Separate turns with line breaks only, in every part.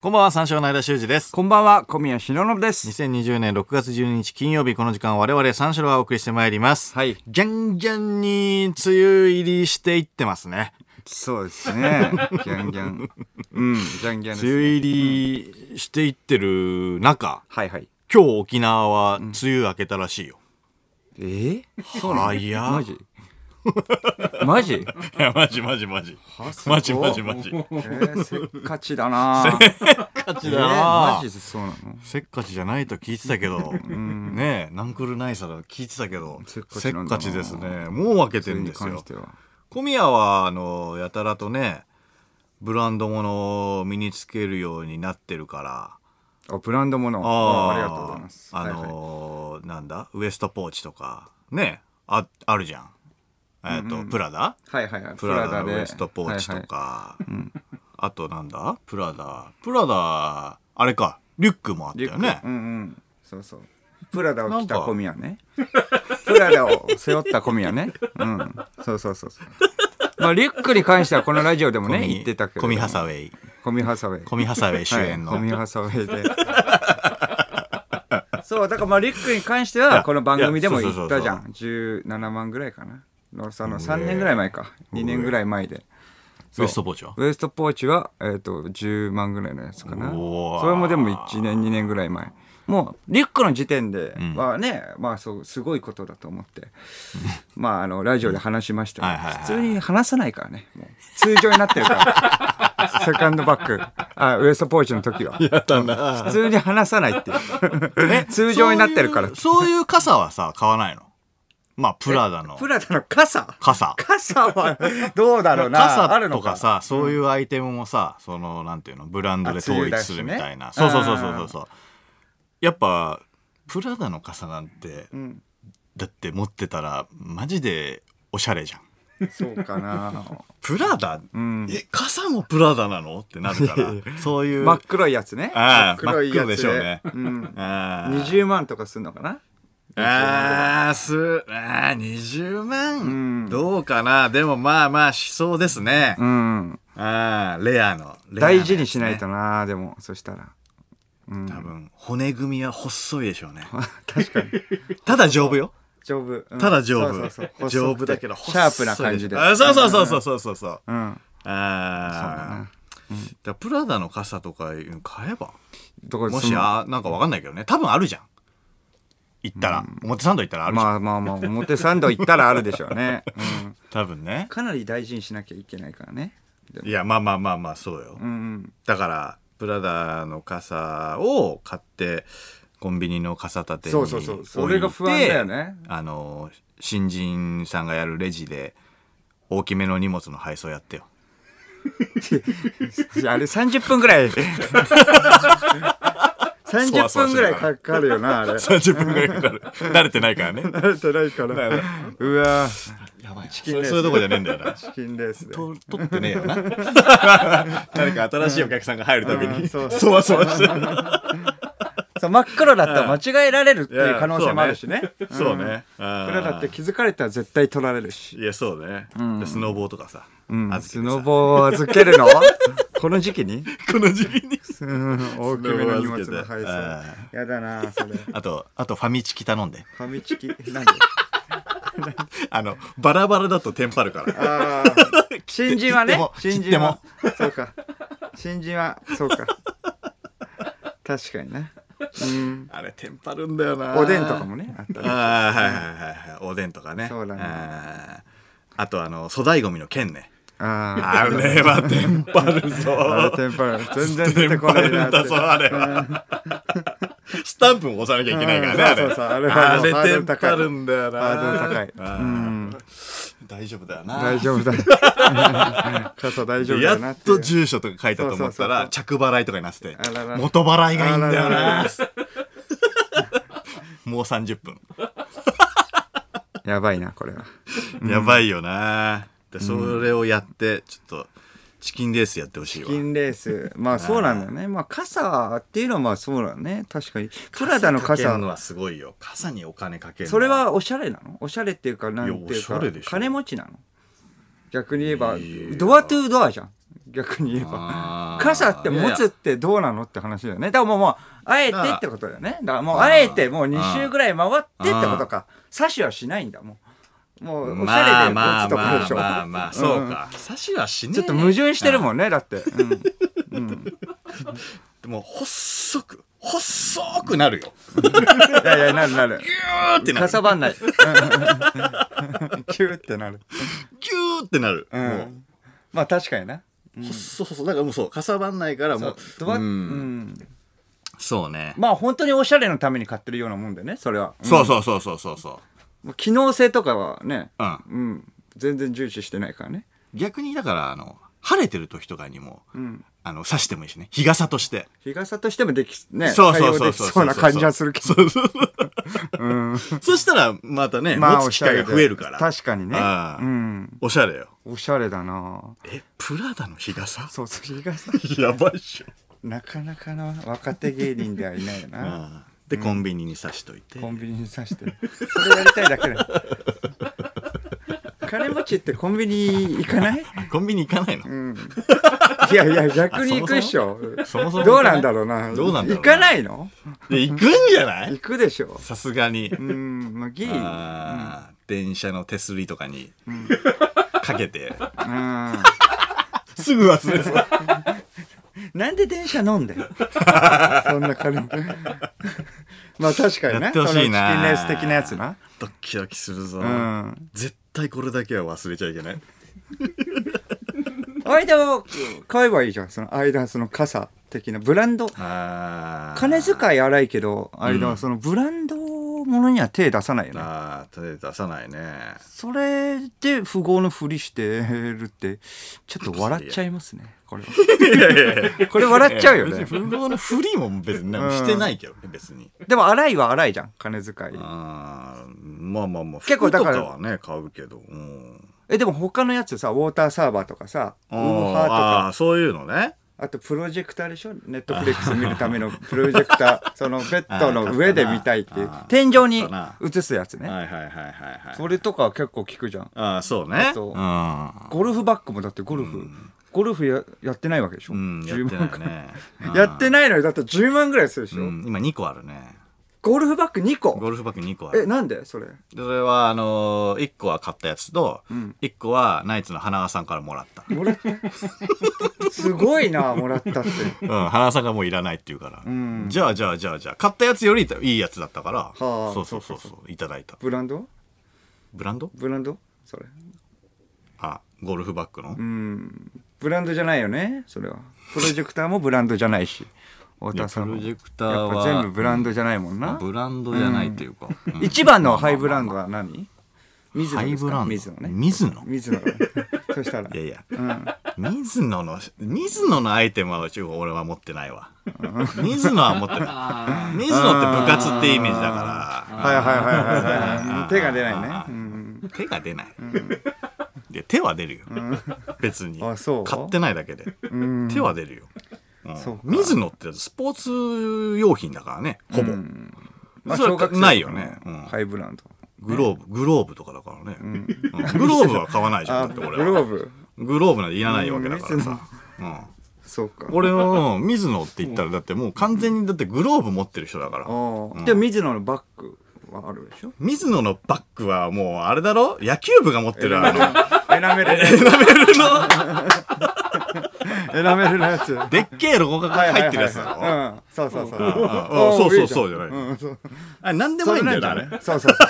こんばんは、三章の間修二です。
こんばんは、小宮浩信です。
2020年6月12日金曜日、この時間我々三章がお送りしてまいります。
はい
じゃんじゃんに梅雨入りしていってますね。
そうです ね。ギャンギャン。うん、ギャンギャンです、
梅雨入りしていってる中、
はいはい。
今日沖縄は梅雨明けたらしいよ。
えー、そう
なの
マジ マジ
いや、マジマジマジ。マジマジマジ。
えー、せっかちだなせっかち
だな
マジでそうなの
せっかちじゃないと聞いてたけど、ねえ、ナンクルナイサだと聞いてたけど、
せっか
せ
ち
っ
なんだ
か
な
ちですね。もう明けてるんです
それに関
よ
し。ては
小宮はあのやたらとねブランドものを身につけるようになってるから
あ、ブランドもの。あありがとうございます。
あ
はいはい
の、なんだウエストポーチとかねああるじゃんえっ、と、プラダ
はいはいはい。
プラダのウエストポーチと。か、あとなんだプラダプラダあれかリュックもあった
リュッ
よ
ク、
ね
うんうん。そうそう。プラダを着
な
た
んか
小宮ね。プラダを背負った小宮ね。うん。そうそうそうそう。まあ、リュックに関してはこのラジオでもね、言ってたけど。
コミハサウェイ
コミハサウェイ。
コミハサウェイ主演の、
はいコミハサウェイ で。そう、だからまあ、リュックに関しては、この番組でも
いやそ
言
う
っ
そうそうそう
たじゃん。17万ぐらいかな。のその3年ぐらい前か。2年ぐらい前で。
ウエストポーチは
ウエストポーチは、えー、と10万ぐらいのやつかな
おー
それもでも1年2年ぐらい前もうリュックの時点ではね、まあそうすごいことだと思って まああのラジオで話しました
はいはいはい
が普通に話さないからねもう通常になってるから セカンドバッグあウエストポーチの時は
やったな
普通に話さないっていう 通常になってるから
そういうそういう傘はさ買わないのまあプラダの
プラダの傘
傘
傘はどうだろうなあ
傘
る
と
の
かさそういうアイテムもさそのなんていうのブランドで統一するみたいな
あ梅雨だし
そうそ
ね
うそうそうそうそうやっぱプラダの傘なんて
ん
だって持ってたらマジでおしゃれじゃん
そうかな
プラダ
ん
え傘もプラダなのってなる からそういう
真っ黒いやつね。
ああ
いやつ
真っ黒でしょうね
ん。
あー
20万とかすんのかな
あーすあー20万、
ん
どうかなでもまあまあしそうですね、
うん。
ああレアのレアのやつね
大事にしないとな、でも、そしたら。
多分骨組みは細いでしょうね
確かに。
ただ丈夫よ
丈夫。うん
ただ丈夫、
そうそうそう
丈夫だけど
シ
細い
ャープな感じで。
あそうそうそうそうそうそうそう
うん。うん。
ああだからプラダの傘とかいうの買えば
どこで
も
すん
し
の
あなんかわかんないけどね多分あるじゃん行ったら、表参道行ったらあるじゃん、
まあまあまあ、表参道行ったらあるでしょう ね。うん。
多分ね
かなり大事にしなきゃいけないからね。でも
いやまあまあまあまあそうよ、
うん。
だからプラダの傘を買ってコンビニの傘立てに
そ
置
う
いて
そうそうそれが不安だよね
あの新人さんがやるレジで大きめの荷物の配送やってよ
いやあれ30分ぐら い。30分ぐらいかかるよな、あれ。
30分ぐらいかかる慣れてないからね
慣れてないから。うわ
やばいチ
キンレース
そういうとこじゃねえんだよな
チキンレースで。
と取ってねえよな 誰か新しいお客さんが入るたび
う
に
ん
そ
そう
わそわしてる
そう真っ黒だったら間違えられるっていう可能性もあるしね。
そうねプ
これだって気づかれたら絶対取られるし。
いやそうねでスノボーとかさ
うん、
預け
ス
てさ
ノボを預けるのこの時期 に
この時期に
うん大きめの荷物
スノボを
の
預けて
配送。
あ
やだなそれ。フ
あとあとファミチキ頼んで
ァミチキ。なんで
あの、バラバラだとテンパるから。
あー新人はね
切っても。
新人は。そうか。新人は、そうか。確かにね。うん。
あれ、テンパるんだよな。
おでんとかも。ね、あったり。
ああ、はいはいはいはい。おでんとかね。
そうだね
あーあと、あの、粗大ゴミの剣ね。あ
あ
れはテンパる
あ。あれ
ぞ。
テンパる。全然出てこないなっ
テンパるんだ
て
ぞ、。あれは。スタンプも押さなきゃいけないからね、
うんそうそうそう
あ
あ
れ。
れはもう
あれテンパるんだよな。
ハードル高い
あー大丈夫だよな。
大丈夫だ。傘大丈夫だ
や
な
って
いう
と住所とか書いたと思ったら着払いとかになってて
あらら
元払いがいいんだよな
あららら
もう30分
やばいな、これは。
やばいよなでそれをやってちょっとチキンレースやってほしいわ
金レース。まあそうなんだよね。まあ傘っていうのはまあそうだね。確かに。プラダの
かける
傘。
のはすごいよ傘にお金かけるの
それはおしゃれなのおしゃれっていうか、なんて
いや
い
お
う
しゃ
か
れでしょ、
金持ちなの逆に言えば
いや、
ドアトゥードアじゃん。逆に言えば。
あー
傘って持つってどうなのって話だよね。だからもうもう、あえてってことだよね。だからもう、あえてもう2周ぐらい回ってってことか。刺しはしないんだ、もう。もう、おし
ま
ゃれ
あ
で
ま
持
あ
つと
ま
か
あ
でしょ。
まあまあそうか刺しはしねえ
ちょっと矛盾してるもんね、だって。うん
もう細く細くなるよ
いやいや、なるなる。
ギューってな
か
る
さばんない。キューってなる。
ギューってなる、
う。
もうん
まあ確かにな。
細細だからもうそうかさばんないからもう
ドバッ
ん、
うん
そうね、
まあ本当におしゃれのために買ってるようなもんだよね、それは。うん
そうそうそうそうそうそう
もう機能性とかはね、
うん
うん、全然重視してないからね。
逆にだからあの晴れてる時とかにも、
うん。
あの刺してもいいしね日傘として
日傘としてもでき、ね、
そう
対
そう
応
そ
で
う
き
そう
そうな感じはするけ
そ
ど。
うそうそう
うん。
そしたらまたね、持つ機会が増えるから
確かにね。
ああ
うん。
おしゃれよ
おしゃれだな
えプラダの日傘
そうそう、日傘。
やばいっしょ
なかなかな若手芸人ではいないよ な。
ああで、コンビニに刺しといて
コンビニに刺してるそれやりたいだけだ 金持ちってコンビニ行かない
あコンビニ行かないの、
うんいやいや逆に行くっしょ
そもそも
どうなんだろうな
どうなんだろうな
行かないの
で行くんじゃな
行
い
くでしょ
さすがに、
うんまあギリ
ああ電車の手すりとかに
ん
かけて、
うん
すぐ忘れそう
なんで電車飲んでん そんな金持ち まあ確かに
や
ね
ってほしいな
そのチキンレース的なやつな
ドッキドキするぞ、
うん
絶対これだけは忘れちゃいけない
間を買えばいいじゃんその間その傘的なブランド
あー
金遣い荒いけどあれだわそのブランドものには手出さないよね、
ああ手出さないね
それで富豪のふりしてるってちょっと笑っちゃいますね これはこれ 笑っちゃうよ
別
ね
に不合のふりも別に
うん
してないけどね別に
でも荒いは荒いじゃん金遣い
あーまあまあまあ
結構だから
服とかはね買うけどうん
えでも他のやつさウォーターサーバーとかさウーハーと
あ
か
あそういうのね
あとプロジェクターでしょネットフリックス見るためのプロジェクタ ーそのベッドの上で見たいっていう
あー
天井に
買ったな
映すやつね
はいはいはいはいはい
それとかは結構効くじゃん
ああそう
あ
ね
と
う
ゴルフバッグもだってゴルフ、ゴルフややってないわけでしょ、
ん、うん、や
10
って
万
ない
くらい
ね
や ってないのにだって10万ぐらいするでし
う
ょ、
ん今2個あるね
ゴルフバッグ2個
ゴルフバッグ2個あ
え
る
なんでそれ
でそれはあのー、1個は買ったやつと、
ん
一1個はナイツの花輪さんからもらった
もらったすごいなもらったって
うん、花さんがもういらないって言うから、
ん
じゃあじゃあじゃあじゃあ買ったやつよりいいやつだったから、
はあ
そうそうそうそういただいた
ブランド
ブランド
ブランドそれ
あゴルフバッグの、
うんブランドじゃないよねそれはプロジェクターもブランドじゃないし太田さんも
いやプロジェクターは
やっぱ全部ブランドじゃないもん
まあ
な、
ブランドじゃないっていうか、うん
一番のハイブランドは何水
ハ
野
イ
です
ブラ
か
ンド
水野ね
水野
水 野だねそしたら
いやいや
うん
水野の水野のアイテムはうち俺は持ってないわ水野は持ってない水野って部活ってイメージだから
はいはいはいはいはい手が出ないね、うん、
手が出ない、いや手は出るよ、別に
あそう
買ってないだけで、
ん
手は出るよ、うん
そうか
水野ってスポーツ用品だからねほぼ、
まあ
それ
小学生
ないよねうん
ハイブランド
グローブグローブとかだからね、うんグローブは買わないじゃ
あ
んだって
グ
俺は
ローブ
グローブなんていらないわけだからさ、うん
そうか
俺の水野って言ったらだってもう完全にだってグローブ持ってる人だから、
ああ、でも水野のバッグはあるでしょ
水野のバッグはもうあれだろ野球部が持ってるあの
エナメル
エナメルの
エナメルのやつ
でっけえロゴが入ってるやつだろ、
うんそうそうそう
ああ
おー
そうそう
いい
そうじゃない
んそう
あれ何でも
そ
いい
れ
んだ
な
よなあれ
んじゃないそうそうそう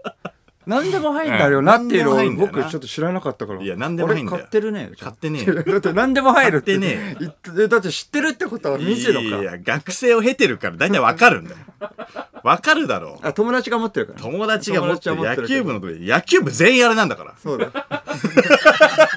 何でも入んだよなっていうの
うん何でも入
を
んだよな
僕ちょっと知らなかったから
いや何でも入んだよ
俺買ってるね
買ってねえよ
だって何でも入るって
買ってね
言ってだって知ってるってことは水
い
野か
や学生を経てるから大体わかるんだよわかるだろう
あ友達が持ってるから
友達が持ってる
友達は持っ
野
てるけど
球部の時野球部全員あれなんだから
そ うだ。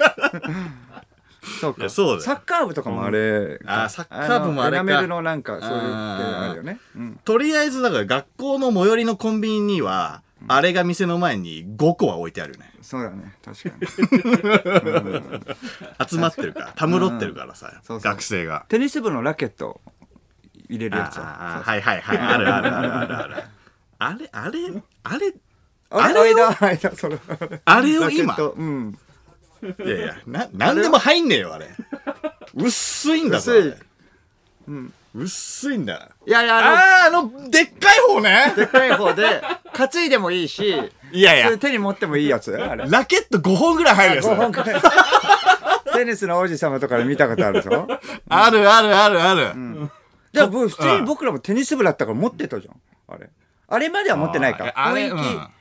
いや
そうか。
そうだよ
サッカー部とかもあれ。
あーサッカー部もあれか
のエナメルのなんかそういうってあるよね。うん。
とりあえずだから学校の最寄りのコンビニにはあれが店の前に5個は置いてあるよね
そうだね。確かに。
集まってるからたむろってるからさ
そうそう
学生が
テニス部のラケット入れるやつ
ああ
は。
はいはいはいあるあるあるあるあるあれあれあれ
あれ
あれを
間間それ。
あれを今
ラケットうん。
いやいや、な、なんでも入んねえよ、あれ。薄いんだぞ。あれ
薄いうん。
薄いんだ。
いやいや、あの
あー、あの、でっかい方ね。
でっかい方で、担いでもいいし、
いやい
そ
や
れ、手に持ってもいいやつあれ。
ラケット5本ぐらい入るやつ
5
だ
本
よ。
くらい。 テニスの王子様とかで見たことあるでしょ
あるあるあるある。
じゃあ、僕普通に僕らもテニス部だったから持ってたじゃん。あれ。あれまでは持ってないか。
あれ、
雰囲
うん。
気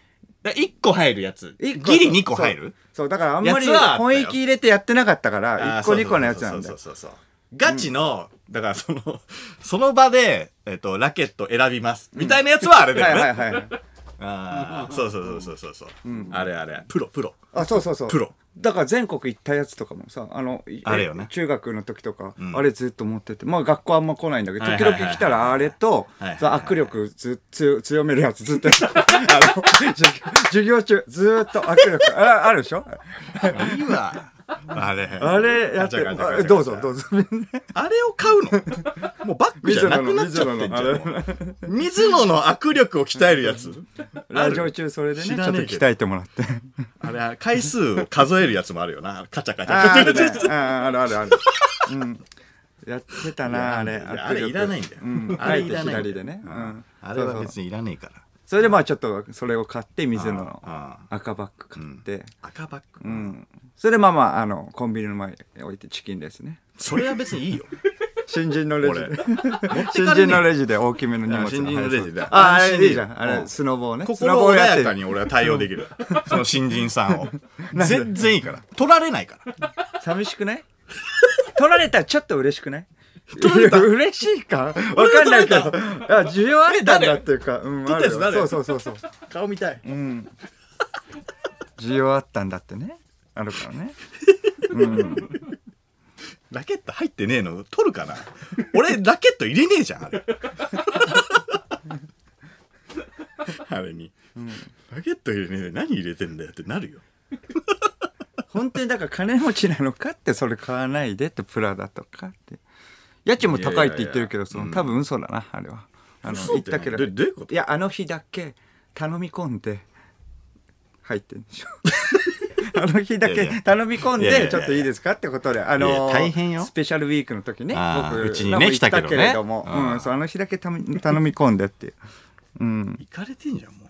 1個入るやつ。ギ
一
リ
個
2個入
そう
る
そう、だからあんまり
やつはあったよ
本域入れてやってなかったか
あ
ら、
ー
1個
そうそう
2個のやつなんだ
そう
よ。
そうそうそうガチの、だからその、 その場で、えっと、ラケット選びます。みたいなやつはあれだ
はい
よね。
はいはい。
ああ、そうそうそうそうそう。うあれあれ、プロ、プロ。
あ、そうそうそう。
プロ。
だから全国行ったやつとかもさ、あの、い
あれよね
中学の時とか、
ん
あれずっと持ってて、まあ学校あんま来ないんだけど、
はい
時
はいは
々
い
来たらあれと
はいはいは、い
その握力ず強強めるやつずっと やってたあの、授業授業中ずーっと握力、ああるでしょ
いいわ。あれ。あ
あれやって、
ガチャガチャガチャガチ
あ
ャ
どうぞどう ぞ。
あれを買うのもうバッグじゃなくなっちゃってんじゃん。
水野の
もう水野の握力を鍛えるやつ。
ラジオ中それでね、ち
知
ょっ
ら
と
ねえけど
鍛えてもら って。
あれ、回数を数えるやつもあるよな。カチャカチャ
あ
カ
ーあ
チャ
る
カチャ。
ねあーあるあるある。うん。やってたな、あれ。
いやあれいらないんだよ
うん。
あ
あ
れ
え
い
て
らないんだよ
左でね。うん。
あれは別
に。
にいらねえから。
それでまあちょっと、それを買って、水野の
あ
赤バッグ買って。
赤バッグ、
うん。それでまあまあ、あの、コンビニの前に置いてチキンです ね。
それは別にいいよ。
新人のレジで
俺。
新人のレジで大きめの荷物が
新人のレジで
あ、あれいいじゃん。
安
あ
心
れ、スノボーね。ス
心
ノボー
穏
やっ
や
て
か
る
に俺は対応でき る。その新人さんを。全然いいから。取られないから。
寂しくない 取られたらちょっと嬉しくない
取られた
いや嬉しいかわかんないけど。い
取
や、需要あったんだっていうか、うん、
取
あ
っ
る
たやつ誰
よそうそうそうそう。
顔見たい。
うん。 需要あったんだってね。あるからね。
ラケット入ってねえの取るかな俺、ラケット入れねえじゃん、あれ。あれに、ラケット入れねえで何入れてんだよってなるよ。
本当にだから金持ちなのかって、それ買わないでって、プラダとかって。家賃も高いって言ってるけど、その、多分嘘だな、あれは。あの、
嘘
言っ
って
たけど。
どどういうこと
いや、あの日だけ頼み込んで入ってんで しょ。あの日だ
いやい
け
や
頼み込ん
いやいやい
で、
や
ちょっといいですかってことで、あ
いやい
の
や
ー、
大変よ
スペシャルウィークの時ね、
あー
僕
うちにね
なんか行
来たけどね
れども、
うん
うん、そう、あの日だけたみ頼み込んでっていう。うん。
行かれてんじゃん、もう。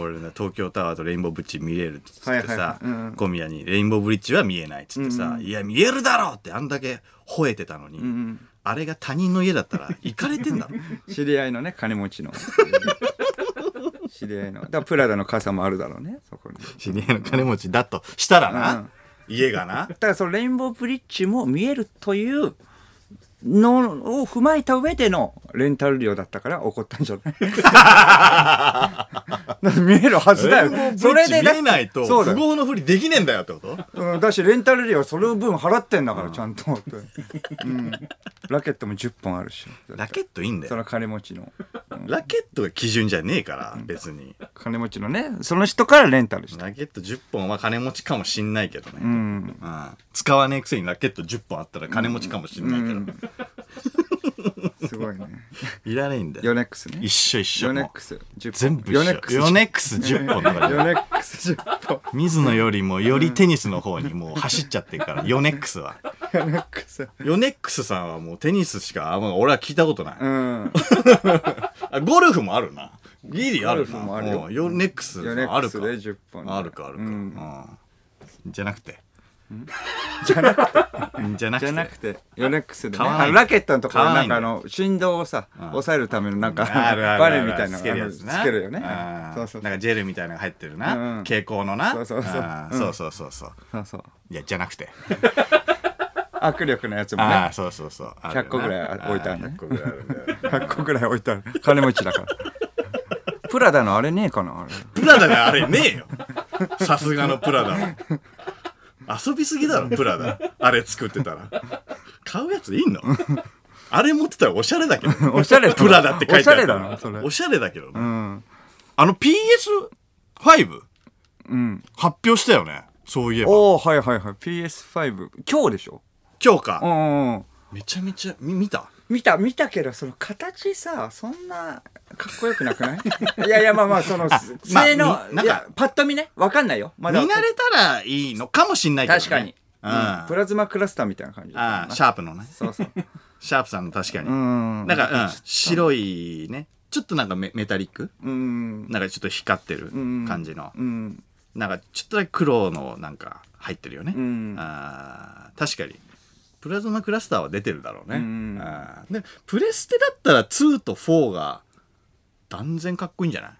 俺ね、東京タワーとレインボーブリッジ見れるっつってさ、
はいはいはいうん
小宮にレインボーブリッジは見えないっつってさ、いや、見えるだろうってあんだけ吠えてたのに、
ん
あれが他人の家だったら行かれてんだろ。
知り合いのね、金持ち の。知り合いの。だからプラダの傘もあるだろうね、そこに。
知り合いの金持ちだとしたらな、
うん
家がな、
だからそのレインボーブリッジも見えるというのを踏まえた上でのレンタル料だったから怒ったんじゃない だって見えるはずだ
レインボーブ
よ。
リ
そ
ッ
れ
ジ
で
見
だ
えないと
そうだ
不
よ。
合のふりできねえんだよってこと
うん、だしレンタル料その分払ってんだからちゃんと、うん、ラケットも10本あるし
ラケットいいんだ
そ
よ
の金持ちの
ラケットが基準じゃねえから別に
金持ちのねその人からレンタルした、
ラケット10本は金持ちかもしんないけどね、
う
う
ん、
ん使わねえくせにラケット10本あったら金持ちかもしんないけど、
すごいね
いらねえんだよ
ヨネックスね
一緒一緒
ヨネッ
も
ク
う
ス10本
全部一
ヨネック
緒ヨ
ス10本
ネックス10本だから
ヨネックス10本
水野よりもよりテニスの方にもう走っちゃってるからヨネックスは
ヨネックス
ヨネックスさんはもうテニスしかあんま俺は聞いたことない、
うん
あゴルフもあるなギリあるな
ゴルフもあるよ
うんヨネックス
ヨネ
あ
ッ
る
ク
か
スで10本
あるかあるか、
う
うんんじゃなくて
じゃなくて
じゃなく
じ
て
ゃなくてヨネックスでね
買わない
あのラケットのところなん
買
か
わない
あの振動をさ
ん
抑えるためのなんか
あるある
バネみたいなの
つけるやつ
あの
な
つけるよね
あー
そうそう
なんかジェルみたいなのが入ってるな、
うん
蛍光のな
そうそうそう
あー
うん
そうそうそうそう
そうそう
いやじゃなくて
握力のやつも
あ
ね
あそうそうそう
100個ぐらい置いてあるね
100個ぐらいあるんだよ
100個ぐらい置いてある金持ちだからプラダのあれねえかなあれ
プラダがあれねえよさすがのプラダは遊びすぎだろプラダあれ作ってたら買うやついんのあれ持ってたらおしゃれだけど
おしゃれだな
プラダって書いてあるか
おしゃれだなそれ
らおしゃれだけどね
うん
あの PS5
うん
発表したよねそういえば
おおはいはいはい PS5 今日でしょ
今日
う
か
んうんうん
めちゃめちゃみ見た
見た見たけどその形さそんなかっこよくな くないいやいやまあまあそのす
まあ
性能、
みなんか
いやパッと見ねわかんないよま
見
だ
慣れたらいいのかもしんないけど、ね、
確かに、
う
うんんプラズマクラスターみたいな感じ
ああシャープのね
そ うそう
シャープさんの確かに、
うん
なんか、うん、白いねちょっとなんかメメタリック
うん
なんかちょっと光ってる
ん
感じの、
うん
なんかちょっとだけ黒のなんか入ってるよね、
うん
あー確かにプラズマクラスターは出てるだろうね、
うん
あーでプレステだったら2と4が断然かっこいいんじゃない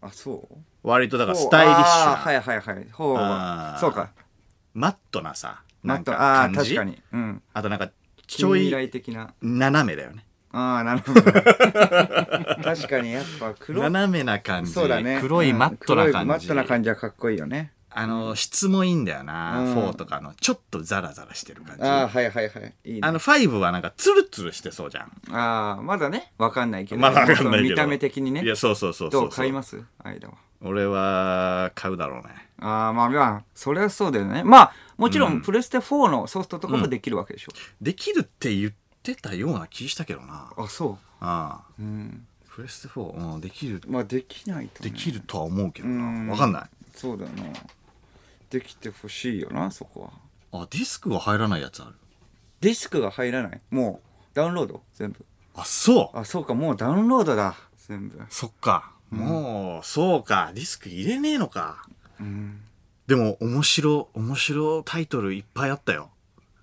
あそう
割とだからスタイリッシュ
あ
な、
ーはいはいはいほう
あー
そうか
マットなさ
な
なんんか
とああ
感
ー
じ
確かにうん
あとなんかち
近
ょ
未
い
来的な
斜めだよね
ああなるほど 確かにやっぱ黒
斜めな感じ
そうだね
黒いマットな
うん黒
感
い
じ
マットな感じはかっこいいよね
あの質もいいんだよな、
うん
4とかのちょっとザラザラしてる感じ
ああ
あ
はいはいはいいいね
の5はなんかツルツルしてそうじゃん
ああまだねわかんないけど
まだわかんないけど
その見た目的にね
いやそうそうそうそう
どう買います間は
俺は買うだろうね
ああまあまあそれはそうだよねまあもちろんプレステ4のソフトとかもできるわけでしょ、
できるって言ってたような気したけどな
あそ
ああ
ううん
プレステ4、うん、できる
まあできないと、
で
ね、
きるとは思うけど
うん
なわかんない
そうだよなできてほしいよなそこは
あディスクが入らないやつある
ディスクが入らないもうダウンロード全部
あそう
あそうかもうダウンロードだ全部
そっかもうそうかディスク入れねえのか
うん
でも面白面白タイトルいっぱいあったよ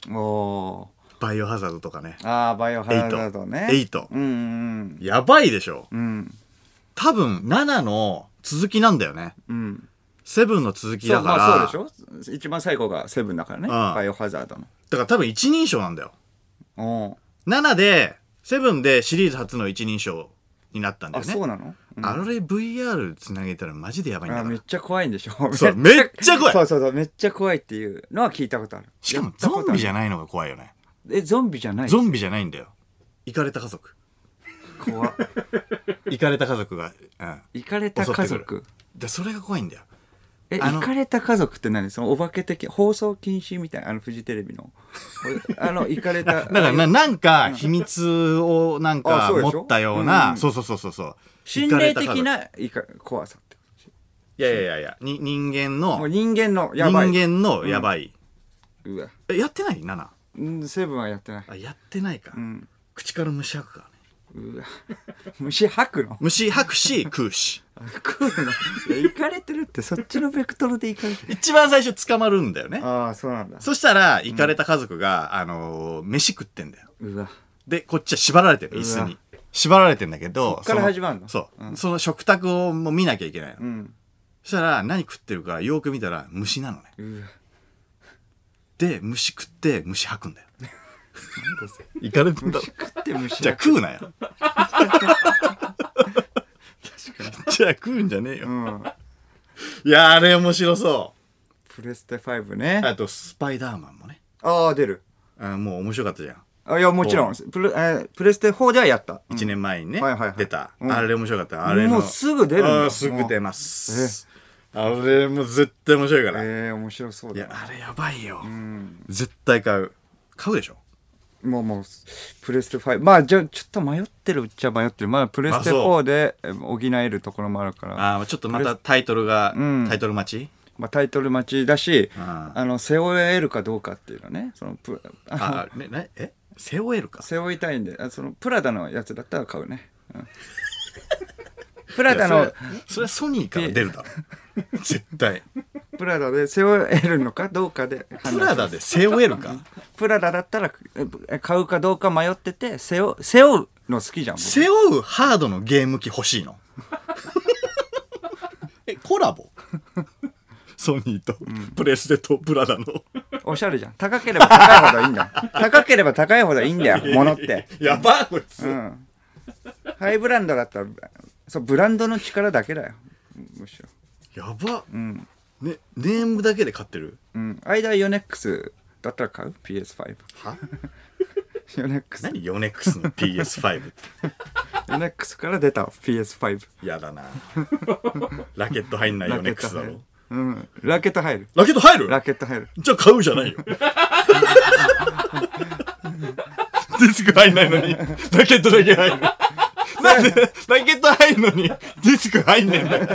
お
バイオハザードとかね
ーああバイオハザードね
8
うんうん
やばいでしょ
うん
多分7の続きなんだよね
うん
7の続き
そ
だ
う
から、
まあそうでしょ一番最後がセブンだからね
うん
バイオハザードの
だから多分一人称なんだよ
おー
7で、セブンでシリーズ初の一人称になったんだ
あ
よね。
そうなのうん
あれ VR つなげたらマジでやばいんだ
あ
か
め
ら
っ。ちゃ怖いんでしょ
そうめっちゃ怖い
そうそうそうめっちゃ怖いっていうのは聞いたことある
しかもゾンビじ
ゃ
ゃないのが怖いよね。
えゾンビじゃない
ゾンビじゃないんだよ。イカれた家族。
怖っ
イカれた家族が。うん。
行かれた
襲って
家
くる
族
で、それが怖いんだよ。
え
あの
行かれた家族って何そのお化け的放送禁止みたいなあのフジテレビの あの行かれた
だから な、なんか、秘密をなん
あ
か
そうで
持
しょ
ったよう
うんう
な、
ん
そうそうそうそうそう。
心霊
イカれた家
的
族。
ないか怖さって
いやいやいやいや、に人間
もう
の、
人間のや
人
ばい
間のやばい。
うわ
えやってない ?7。
うんセブンはやってない
あ、やってないか
う。ん
口から虫吐くからね。
うわ虫吐くの
虫吐くし、食う し。
食うのいや行かれてるってそっちのベクトルで行かれてる
一番最初捕まるんだよね。
ああそうなんだ
そしたら、行かれた家族が、あのー飯食ってんだよ。
うわ
で、こっちは縛られてる、椅子
う
に。縛られてんだけど、
そっから始まるの
そう、
うん
その食卓をもう見なきゃいけないの。
うん
そしたら、何食ってるか、よく見たら、虫なのね。
うわ
で、虫食って、虫吐くんだよ。
なんだそれ
行かれてんだ
虫食って 虫
じゃあ
吐く
食うな よ。
確か
じゃあ食うんじゃねえ
に
よ。
うん
いやー、あれ面白そ
プレステ5ね
う。あと、スパイダーマンもね。
ああ出る
あーもう面白かったじゃん。
あいやもちろんプレ,、えープレステ4ではやった、
1年前にね、
はいはいはい
出た、
うん
あれ面白かったあれの
もうすぐ出るんだ
あーすぐ出ますあれも絶対面白いから、
ええー、面白そ
い
うだ
や
な
あれやばいよ、
うん
絶対買う買うでしょ
もうもうプレステ5まあじゃあちょっと迷ってるっちゃ迷ってるまあプレステ
あそう
4でえ補えるところもあるから
あーちょっとまたタイトルが、
うん
タイトル待ち
まあ、タイトル待ちだし
あー
あの背負えるかどうかっていうのねそのプあ
あーねねえ背負えるか
背負いたいんであそのプラダのやつだったら買うね、うん プラダの
いやそれそれはソニーから出るだろ絶 対
プラダで背負えるのかどうかで判断
プラダで背負えるか
プラダだったらえ買うかどうか迷ってて背負背負うの好きじゃん僕
背負うハードのゲーム機欲しいの えコラボソニーと、プレステとプラダの
おしゃれじゃん高ければ高いほどいいんだよ高ければ高いほどいいんだよ物って
やばこいつ、
うんハイブランドだったらそうブランドの力だけだよむしろ
やば、
うん
ねネームだけで買ってる
うん間ヨネックスだったら買う PS5
は
ヨネックス
何ヨネックスの PS5 って
ヨネックスから出た PS5
やだなラケット入んないヨネックスだろ
うんラケット入る
ラケット入る
ラケット入る
じゃあ買うじゃないよディスク入んないのに、ラケットだけ入る。なんで、ラケット入るのに、ディスク入んねえんだよ。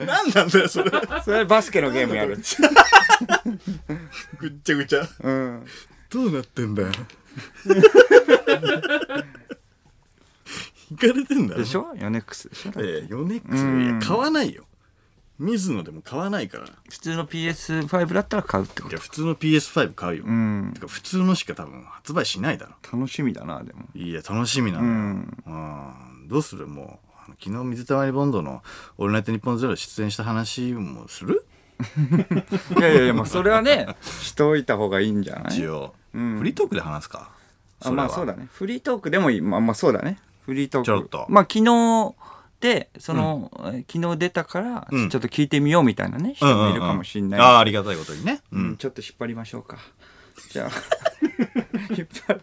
なんなんだよ、それ。
それバスケのゲームやる。
ぐっちゃぐちゃ。
うん。
どうなってんだよ。いかれてんだろ
でしょヨネックスでしょ
ええヨネックスいや買わないよ水野でも買わないからい
普通の PS5 だったら買うってこと
や普通の PS5 買うよ、
うん
てか普通のしか多分発売しないだろ
楽しみだなでも
いや楽しみな
う
のよ、
ん
うんどうするもうあの昨日水溜りボンドの「オールナイトニッポンゼロ出演した話もする
いやいやいやまあそれはね しといた方がいいんじゃな
一
い
応、
ん
フリートークで話すか
あまあそうだねフリートークでもいいまあまあそうだねフリートーク
ちょろっと
まあ昨日でその、え昨日出たから、
うん
ちょっと聞いてみようみたいなね人もいるかもしんない、
ああーありがたいことにね、う
うんん、ちょっと引っ張りましょうか。じ ゃあ、引っ張る。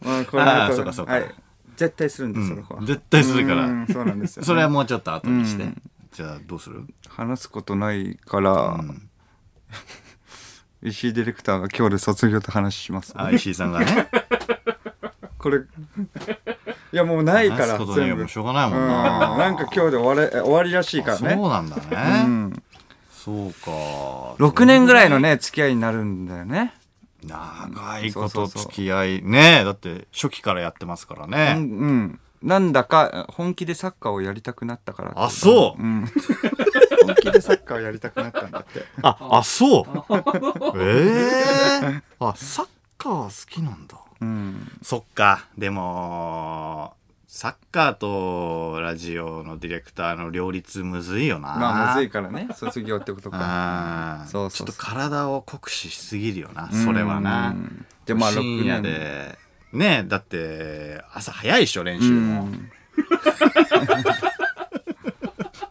まあ、こ
あーそうかそうか
はい。絶対するんです、その子
う
は
ん。絶対するから
うんそうなんですよ。
それはもうちょっと後にして、
うん
じゃあどうする
話すことないから
う、ん
石井ディレクターが今日で卒業と話します。
あ石井さんがね
これ、いやもう ないか
話す
ら、
ことにはも
全部。う
うんしょうがないもんな、
なんか今日で終われ、終わりらしいから
そう
ね。
なんだ
う
ね、
ん
そうか
6年ぐらいのね、付き合いになるんだよね。
長いこ
そ
と
うそうそう
付き合いねえだって初期からやってますから
う
ね、
んうん。なんだか、本気でサッカーをやりたくなったから。
あそう
う。ん。本気でサッカーをやりたくなったんだって。
ああそう ええあサッカー好きなんだ
うん。
そっかでもサッカーとラジオのディレクターの両立むずいよな
まあ、むずいからね、卒業ってことか。
あー
そうそうそう
ちょっと体を酷使しすぎるよな、それは
う。
なん
で、まあ、
深
6
夜
年。
でねえだって朝早いでしょ練
う
習も、
ん。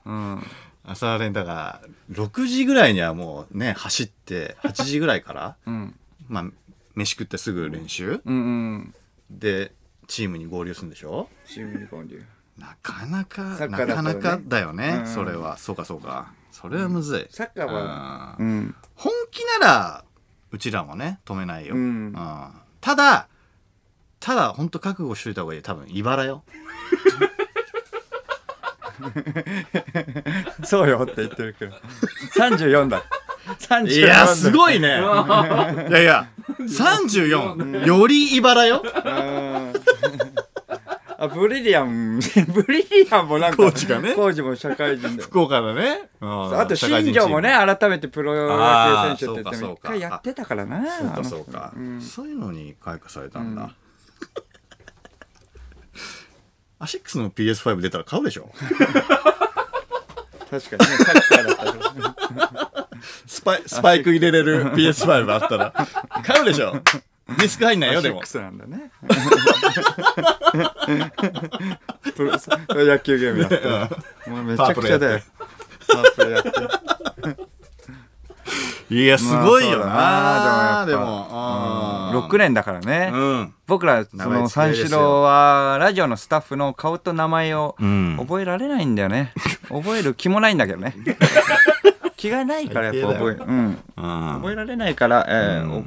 うん。
朝練だから6時ぐらいにはもうね走って8時ぐらいから
うん。
まあ飯食ってすぐ練習
うんうん。
でチームに合流するんでしょ
チームに合流。
なかなか、
サッ
な
カーだ
かな
ったらね
かだよね、
うん
それはそうかそうかそれはむずい、
サッカーは。う
うん
ん。
本気ならうちらもね止めないよ、
うん
ただただ本当覚悟しといた方がいい多分茨よ
そうよって言ってるけど。34だ。34だ。
いやす
い。
ごいねい やい や34より茨よ
あ、ブリリアン、 ブリリアンもなんか、
コーチがね
コーチも社会人で。
福岡のねあ
あと新庄もね改めてプロ野球選手って
あ
言って
ーそ
も
うかそう
一
か
回やってたからな
そう
あの
か
人
そうか、
ん
そういうのに開花されたんだ、 アシックスの PS5 出たら買うでしょ
確かにねサッカーだったからね
スパイ スパイク入れれる PS5 あったら買うでしょディスク入んないよでも
アシックスなん だねプロ野球ゲームやってるもうめちゃくちゃだよパワープロやってる
いやすごいよな、
まあそうだなでもやっ
でも
6年だからね、
うん
僕らそ
長い
の
付き合い
三
ですよ
四郎はラジオのスタッフの顔と名前を
ん
覚えられないんだ よね、覚える気もないんだけどね気がないからやっぱ覚え,、うん、
うん
覚えられないから、えー
う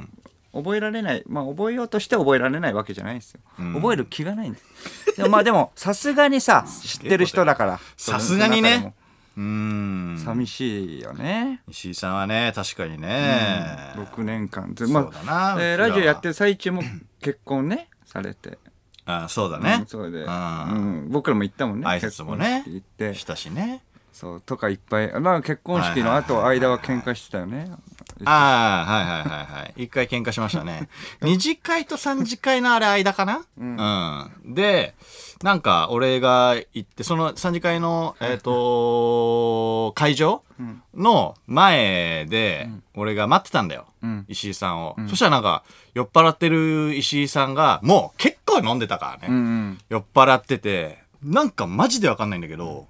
お覚えられない、まあ、覚えようとして覚えられないわけじゃないんですよ、
うん
覚える気がないんですでもまあでもさすがに さ知ってる人だから
さすがにね
その中でも
うん
寂しいよね、
石井さんはね確かにね、
6年間ず
そ
ま
うだな
あ、
うちらは
えーラジオやってる最中も結婚ねされて、
あそうだ
う
ね
ん、それで、
うん
うん僕らも行ったもんね
挨拶もね
結婚式行って
したしね
そうとかいっぱいまあ結婚式の後、
はいはい
間は喧嘩してたよね
ああ、はいはいはいはい。一回喧嘩しましたね。二次会と三次会のあれ間かな、うん、で、なんか俺が行って、その三次会の、えっ、と会場の前で、俺が待ってたんだよ。
うん
石井さんを、そしたらなんか、酔っ払ってる石井さんが、もう結構飲んでたからね。
うんうん
酔っ払ってて、なんかマジでわかんないんだけど、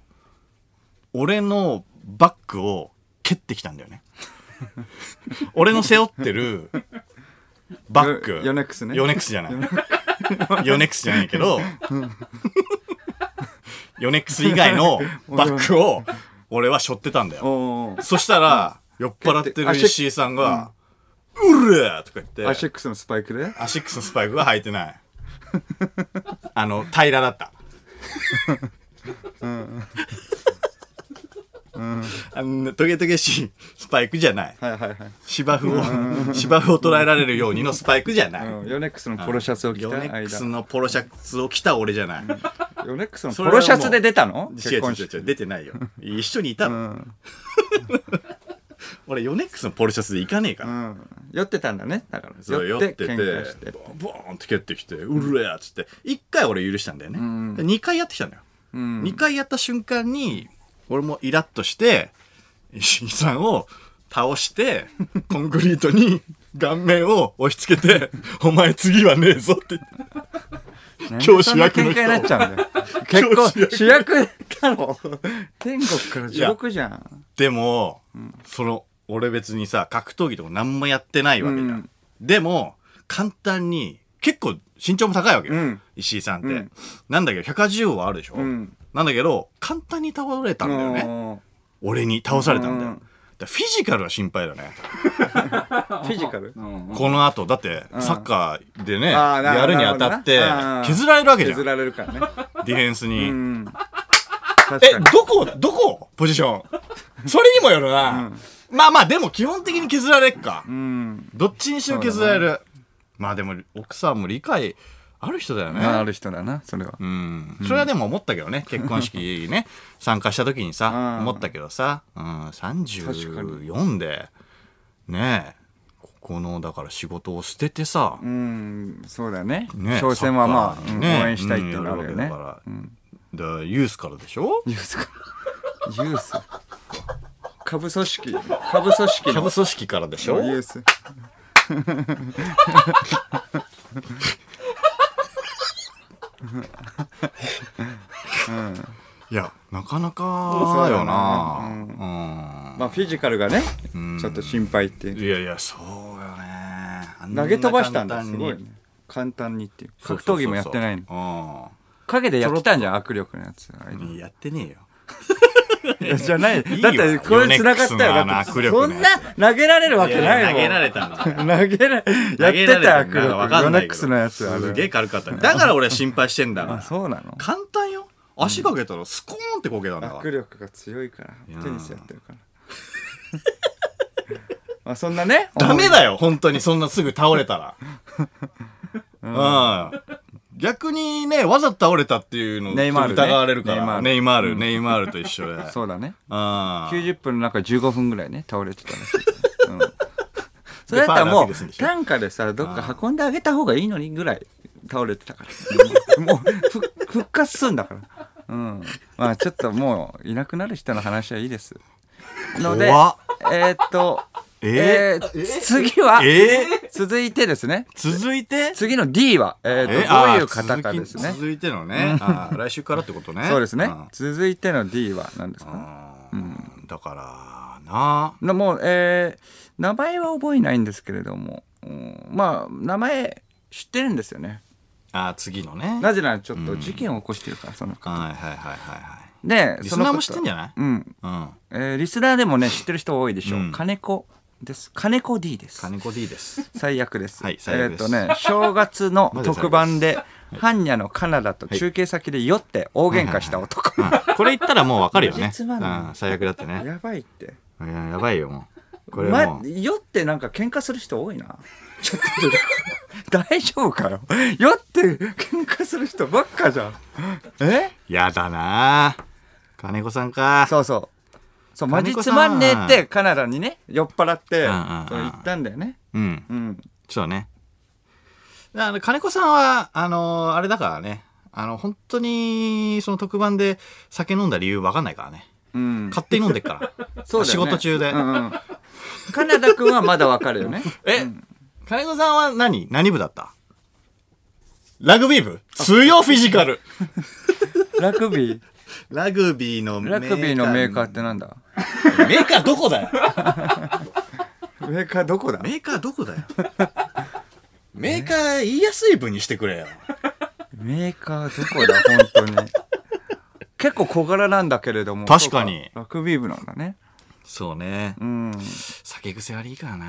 俺のバッグを蹴ってきたんだよね。 俺の背負ってるバッグ。
ヨヨネックスね
ヨネックスじゃない。ヨネックスじゃないけど、ヨネックス以外のバッグを俺は背負ってたんだよ。
おー
そしたら、酔っ払ってる石井さんが、うるーとか言って、
アシックスのスパイクで
アシックスのスパイクは履いてない。あの、平らだった。あのトゲトゲしいスパイクじゃない。
はいはいはい。
芝生を、芝生を捉えられるようにのスパイクじゃない。
うんヨネックスのポロシャツを着た
ヨ
間。
ネックスのポロシャツを着た俺じゃない。
ヨネックスの
それ
ポ
はもう
ロシャツで出たの
違
結
う違う
婚
違う
式。
違う出てないよ。一緒にいた
う
の。
ん。
俺、ヨネックスのポロシャツで行かねえか
う
ら。
ん。酔ってたんだね。だから。
そう
酔
酔
っ
っててて
喧嘩して。
ボーンって蹴ってきて「うるえ!」っつって1回俺許したんだよね、
ん
で2回やってきたんだよ、
うん
2回やった瞬間に俺もイラッとして石井さんを倒 してコンクリートに顔面を押し付けて「お前次はねえぞ」って今日主役の人
なんでそんな喧嘩になっちゃうんだよ。
今
結構主役だろ。天国から地獄じゃん。
でも、その俺別にさ格闘技とか何もやってないわけじゃん、
うん
でも簡単に結構身長も高いわけよ、
うん
石井さんって、
うん
なんだけど180はあるでしょ、
うん
なんだけど簡単に倒れたんだよね
も
俺に倒されたんだよ、
うん
だからフィジカルは心配だね、
うフィジカル
この後だってサッカーでね、
あーなる
やるにあたって
なるほどなあー
削られるわけじゃん
削
デ
られるからね。
ィフェンスに、
うん。
え
確かに。
どこどこポジションそれにもよるな、まあまあでも基本的に削られっか、
うん。
どっちにしろ削られる、まあでも奥さんも理解ある人だよね、
ある人だな、それは
う。んそれはでも思ったけどね、結婚式 ね、参加した時にさ
う、ん
思ったけどさ、うん、34で、ねえ、ここの、だから仕事を捨ててさ
う、ん、そうだね。
ねえ
商戦はま
サッカーに
あ、うん応
ね
援したいっていうのはあるよ
うん
ね
や。わけだから、だユースからでしょ
ユースか。ユース。下部組織。下部組織
キャ
の
ブ組織からでしょ
ユース。
いや、なかなかよな。うん
まあ、フィジカルがね、ちょっと心配っていう。
いやいや、そうよね。あんな
投げ飛ばしたんだ、
簡単
す
に
ごいね。簡単にっていう。
そう
格
そうそうそう
闘技もやってないの。
うん
影でやってたんじゃん、握力のやつ。あれ
いややってねえよ。
い やじゃない。
いよ
だって、これ
ヨネッ
繋がった
クスのあ
よ。
の
だって
握力
そ
の
ん
やつ
な投げられるわけないもん。
投げられたんだ。
投げら
投
れ、
げ
やってた
ら
よ
れてんのか
握
分か
力。ヨ
ん
ネ
ないけど
ックスのやつ、あ
すげえ
れ。
軽かったねだから俺は心配してんだ
あ、
か
そうなの
ら簡単よ足かけたらスコーンってこけたんだか
握
ら
力が強いか
いやー
ら、テニスやってるから。 まあ、そんなね。
ダメだよ本当にそんなすぐ倒れたらうん逆にねわざと倒れたっていうのを
ネイマールね
疑われるから
ネ
ネイマールネイマールと一緒で
思うそうだね。
うん
90分の中15分ぐらいね、倒れてたらしい。うんそ
で
れだったら
ファ
も
ウルだけですん
う
でしょ
単価でさどっか運んであげた方がいいのにぐらい倒れて たからもうもうふ復活すんだからうんまあちょっともういなくなる人の話はいいですので
怖っ
えーっと
え
えー次は
えー
続いてですね
続いて
次の D は、えーっとどう
えあー
いう方かです
続
ね
き続いてのねあー来週からってことね
そうですね
ん
続いての D は何ですか
うんだからな
なもう、えー名前は覚えないんですけれども、うんまあ名前知ってるんですよね
あー次のね
なぜならちょっと事件を起こしてるから、その方
はいはいはいはいはい
で
リス
その
ナー
方
も知ってんじゃない
うん、
うん。
えーリスナーでもね知ってる人多いでしょう、
うん
金子です金子 D です
金子 D です。
最悪です。
はい最悪です
えっ、とね、正月 の
マジで最悪です
特番で、般若のカナダと中継先で酔って大喧嘩した男。
これ言ったらもうわかるよ
マ
ね。
ジ
う
つまんない
ん、最悪だってね。
やばいって。
いややばいよ、もう。これ
ま
も、う。
酔ってなんか喧嘩する人多いな。 ちょっと、 大丈夫かよ。酔って喧嘩する人ばっかじゃん。え
やだなぁ金子さんか。
そうそう。そう、マ
金
ジ
子
つ
さん
まんねえってカナダにね、酔っ払って、
うんうんうん
そう言ったんだよね。
うん。
うん。
そうね。あの、金子さんは、あのーあれだからね。あの、本当に、その特番で酒飲んだ理由わかんないからね。
うん。
勝手に飲んでっから。
そうだ
仕
よね
事中で。
うんうん。カナダくんはまだわかる よね。
え、金子さんは何何部だったラグビー部強フィジカル
ラグビー。
ラグビーのメー
ラ
カ
グビーのメーカーってなんだ
メーカーどこだよ
メーカーどこだ
メーカーどこだよメーカー言いやすい分にしてくれよ。
メーカーどこだ本当に。結構小柄なんだけれども。
確かに
そうラグビー部なんだね。
そうね
う。ん。
酒酒癖悪いから な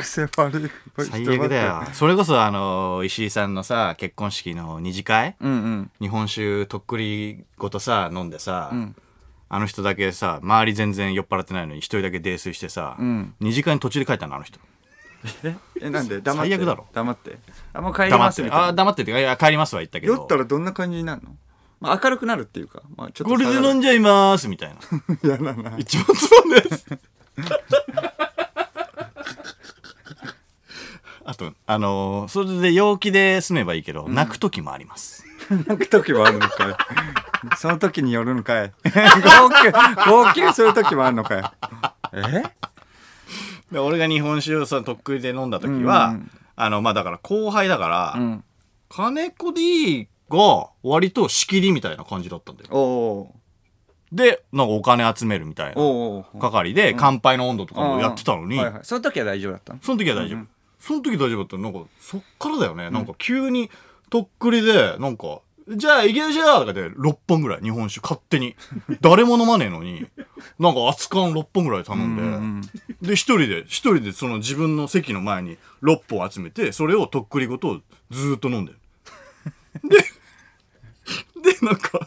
癖悪い
最悪だよそれこそあの石井さんのさ結婚式の二次会、
うんうん
日本酒とっくりごとさ飲んでさ、
ん
あの人だけさ周り全然酔っ払ってないのに一人だけ泥酔してさ、
ん
二次会の途中で帰ったのあの人
えなんで
最悪だろ
黙ってあもう帰り
黙
ま
っ
す
て
みたい
あ
な
ー黙ってっていや帰りますは言ったけど
酔ったらどんな感じになるの、まあ、明るくなるっていうか、まあ、ちょっと
これで飲んじゃいますみたいな
嫌だ な
一番つまんですあとあのーそれで陽気で済めばいいけど、泣く時もあります
泣く時もあるのかいその時によるのかい 号泣号泣する時もあるのかいえ
で俺が日本酒をさとっくりで飲んだ時は、
うんうん
あのまあだから後輩だから、
うん
金子 D が割と仕切りみたいな感じだったんだよ
おお
でなんかお金集めるみたい
お
な
おお
係で乾杯の温度とか
お
もやってたのに、
はいはい、その時は大丈夫だったの
その時は大丈夫、その時大丈夫だったのなんかそっからだよね、なんか急にとっくりでなんかじゃあ行きましょうとかで6本ぐらい日本酒勝手 に誰も飲まねえのになんか熱燗6本ぐらい頼んで、
うん
で一人で一人でその自分の席の前に6本集めてそれをとっくりごとずーっと飲んでるででなんか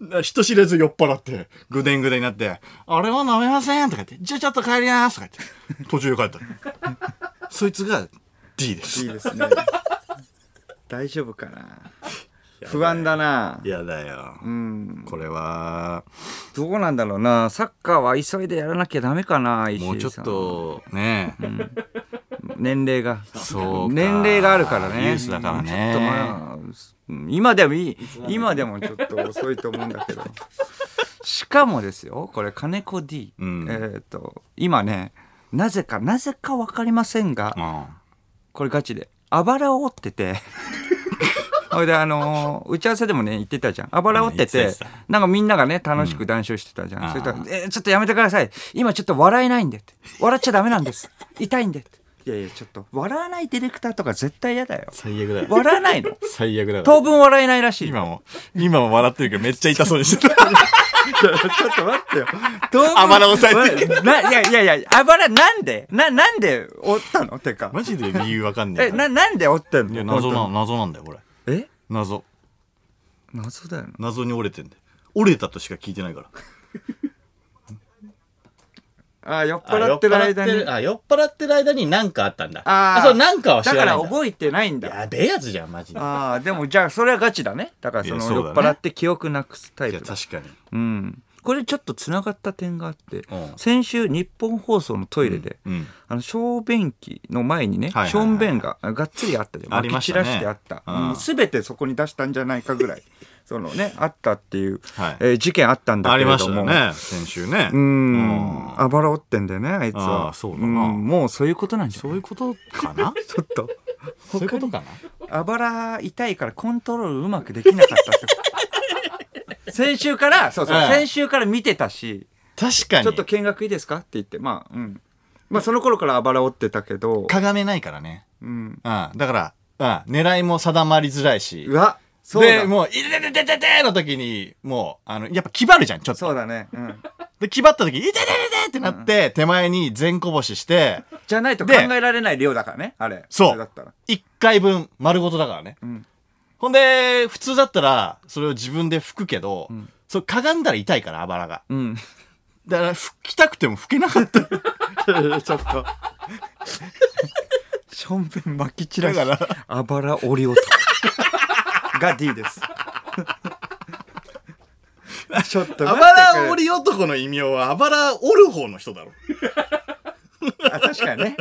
な人知れず酔っ払ってぐでんぐでんになって「あれは飲めません」とか言って「じゃあちょっと帰ります」とか言って途中で帰った のそいつが D です
いいですね大丈 夫かな
や
不安だない
やだよ
うん
これは
どうなんだろうなサッカーは急いでやらなきゃダメかな石井さん
もうちょっとねえ
年齢が
そうか
年齢があるからね
ユースだからね
ちょっとまあうん今でもいい今でもちょっと遅いと思うんだけどしかもですよこれ金子 D、
うん
えっ、と今ねなぜかなぜか分かりませんが
うん
これガチであばらを折って てそれであのー打ち合わせでもね言ってたじゃんあばら折って
うん言
て
ってた言って
なんかみんながね楽しく談笑してたじゃ
う
ん、
ん
それから
あ
「えーちょっとやめてください今ちょっと笑えないんで」って「笑っちゃダメなんです痛いんで」って「いやいやちょっと笑わないディレクターとか絶対嫌だよ
最悪だよ
笑わないの
最悪だよ
当分笑えないらしい
今も今も笑ってるけどめっちゃ痛そうに してる
ちょっと待ってよ当分
あばら押さえて
ないやいやいやあばらなんでななんで折ったのてか
マジで理由わかんねえ
え
から。
ななんで折ってん
い
の
や、謎な、
本
謎なんだよ、これ。
当にえ
謎。
謎だよな
謎に折れてんで。折れたとしか聞いてないから。
あー酔っ払ってる間に
あ、酔っ払ってる間に何かあったんだ。
あーだから
え
覚えてないんだ
やべえやつじゃん、マジで。い
ああでもじゃあそれはガチだねだからそ
い
の
やそうだね
酔っ払って記憶なくすタイプ
や、
だ
確かに。
うんこれちょっとつながった点があって、
うん
先週日本放送のトイレで、
うん。
あの小便器の前にね、
はいはいはい
小便ががっつりあったで
ありまし
散
たね
らしてあった、
うん
うん全てそこに出したんじゃないか ぐらいそのねあったっていう、
はい
えー事件あったんだ
あ
けれ
り
ども
ましたよね、先週ね。
う
うん
んあばら折ってんだよねあいつ
あー
は
そうだなん
もうそういうことなんじゃない
そういうことかな
ちょっと
そういうことかな
あばら痛いからコントロールうまくできなかったって こと。先週から、そうそう、
ええ
先週から見てたし、
確か
ちょっと
に。
見学いいですかって言って、まあ、うん。まあ、その頃からあばら折ってたけど、
かがめないからね。
うん。
うん。だから、うん。狙いも定まりづらいし
う。わ、そう
で、
だ。
もう、いててててての時に、もう、あの、やっぱ気張るじゃん、ちょっと。
そうだね。うん。
で、気張った時、いててててってなって、手前に全こぼしして、
じゃないと考
で
えられない量だからね、あれ。
そう
れだったら。
一回分丸ごとだからね。
うん。
ほんで、普通だったら、それを自分で拭くけど、そう、かがんだら痛いから、あばらが。
うん。
だから、拭きたくても拭けなか った。だ
ちょっと。しょんべん巻き散らし
から、
あばら折り男が D です。 ちょっと
あば
待ってくれ
ら折り男の異名は、あばら折る方の人だろ。
あ確かにね。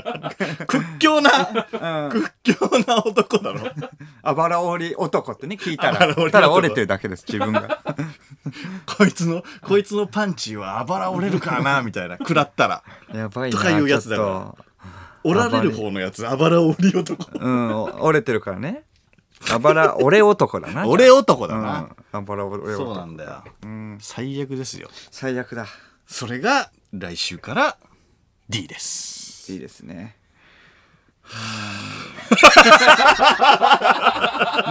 屈強な、
うん。
屈強な男だろ。
あばら折り男ってね、聞いた
あばら折り
ら。
男
ただ折れてるだけです、自分が。
こいつの、こいつのパンチはあばら折れるからな、みたいな、食らったら。
やばい
と
な。
かいう やつだ
ち
か
ょ
ら折られる方のやつ、あばら折り男。
っとうん、折れてるからね。あばら折れ男だな。
折れ男だ
うん。
な。
あばら折れ
そう
男。
なんだよ。
うん。
最悪ですよ。
最悪だ。
それが来週から D です。
いいですね。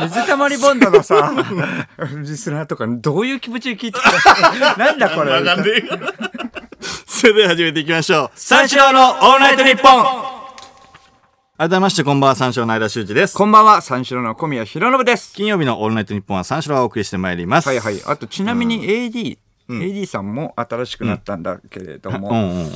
水溜りボンドのさ、 リスナーとかどういう気持ちで聞いてたなんだこれ。
わかんねえそそれでは始めていきましょう。三四郎のオールナイトニッポン改めまして、こんばんは、三四郎の間修二です。
こんばんは、三四郎の小宮浩信です。
金曜日のオールナイトニッポンは三四郎がお送りしてまいります。
はいはい。あと、ちなみに AD、AD さんも新しくなったんだけれども、
うんうんうんうん。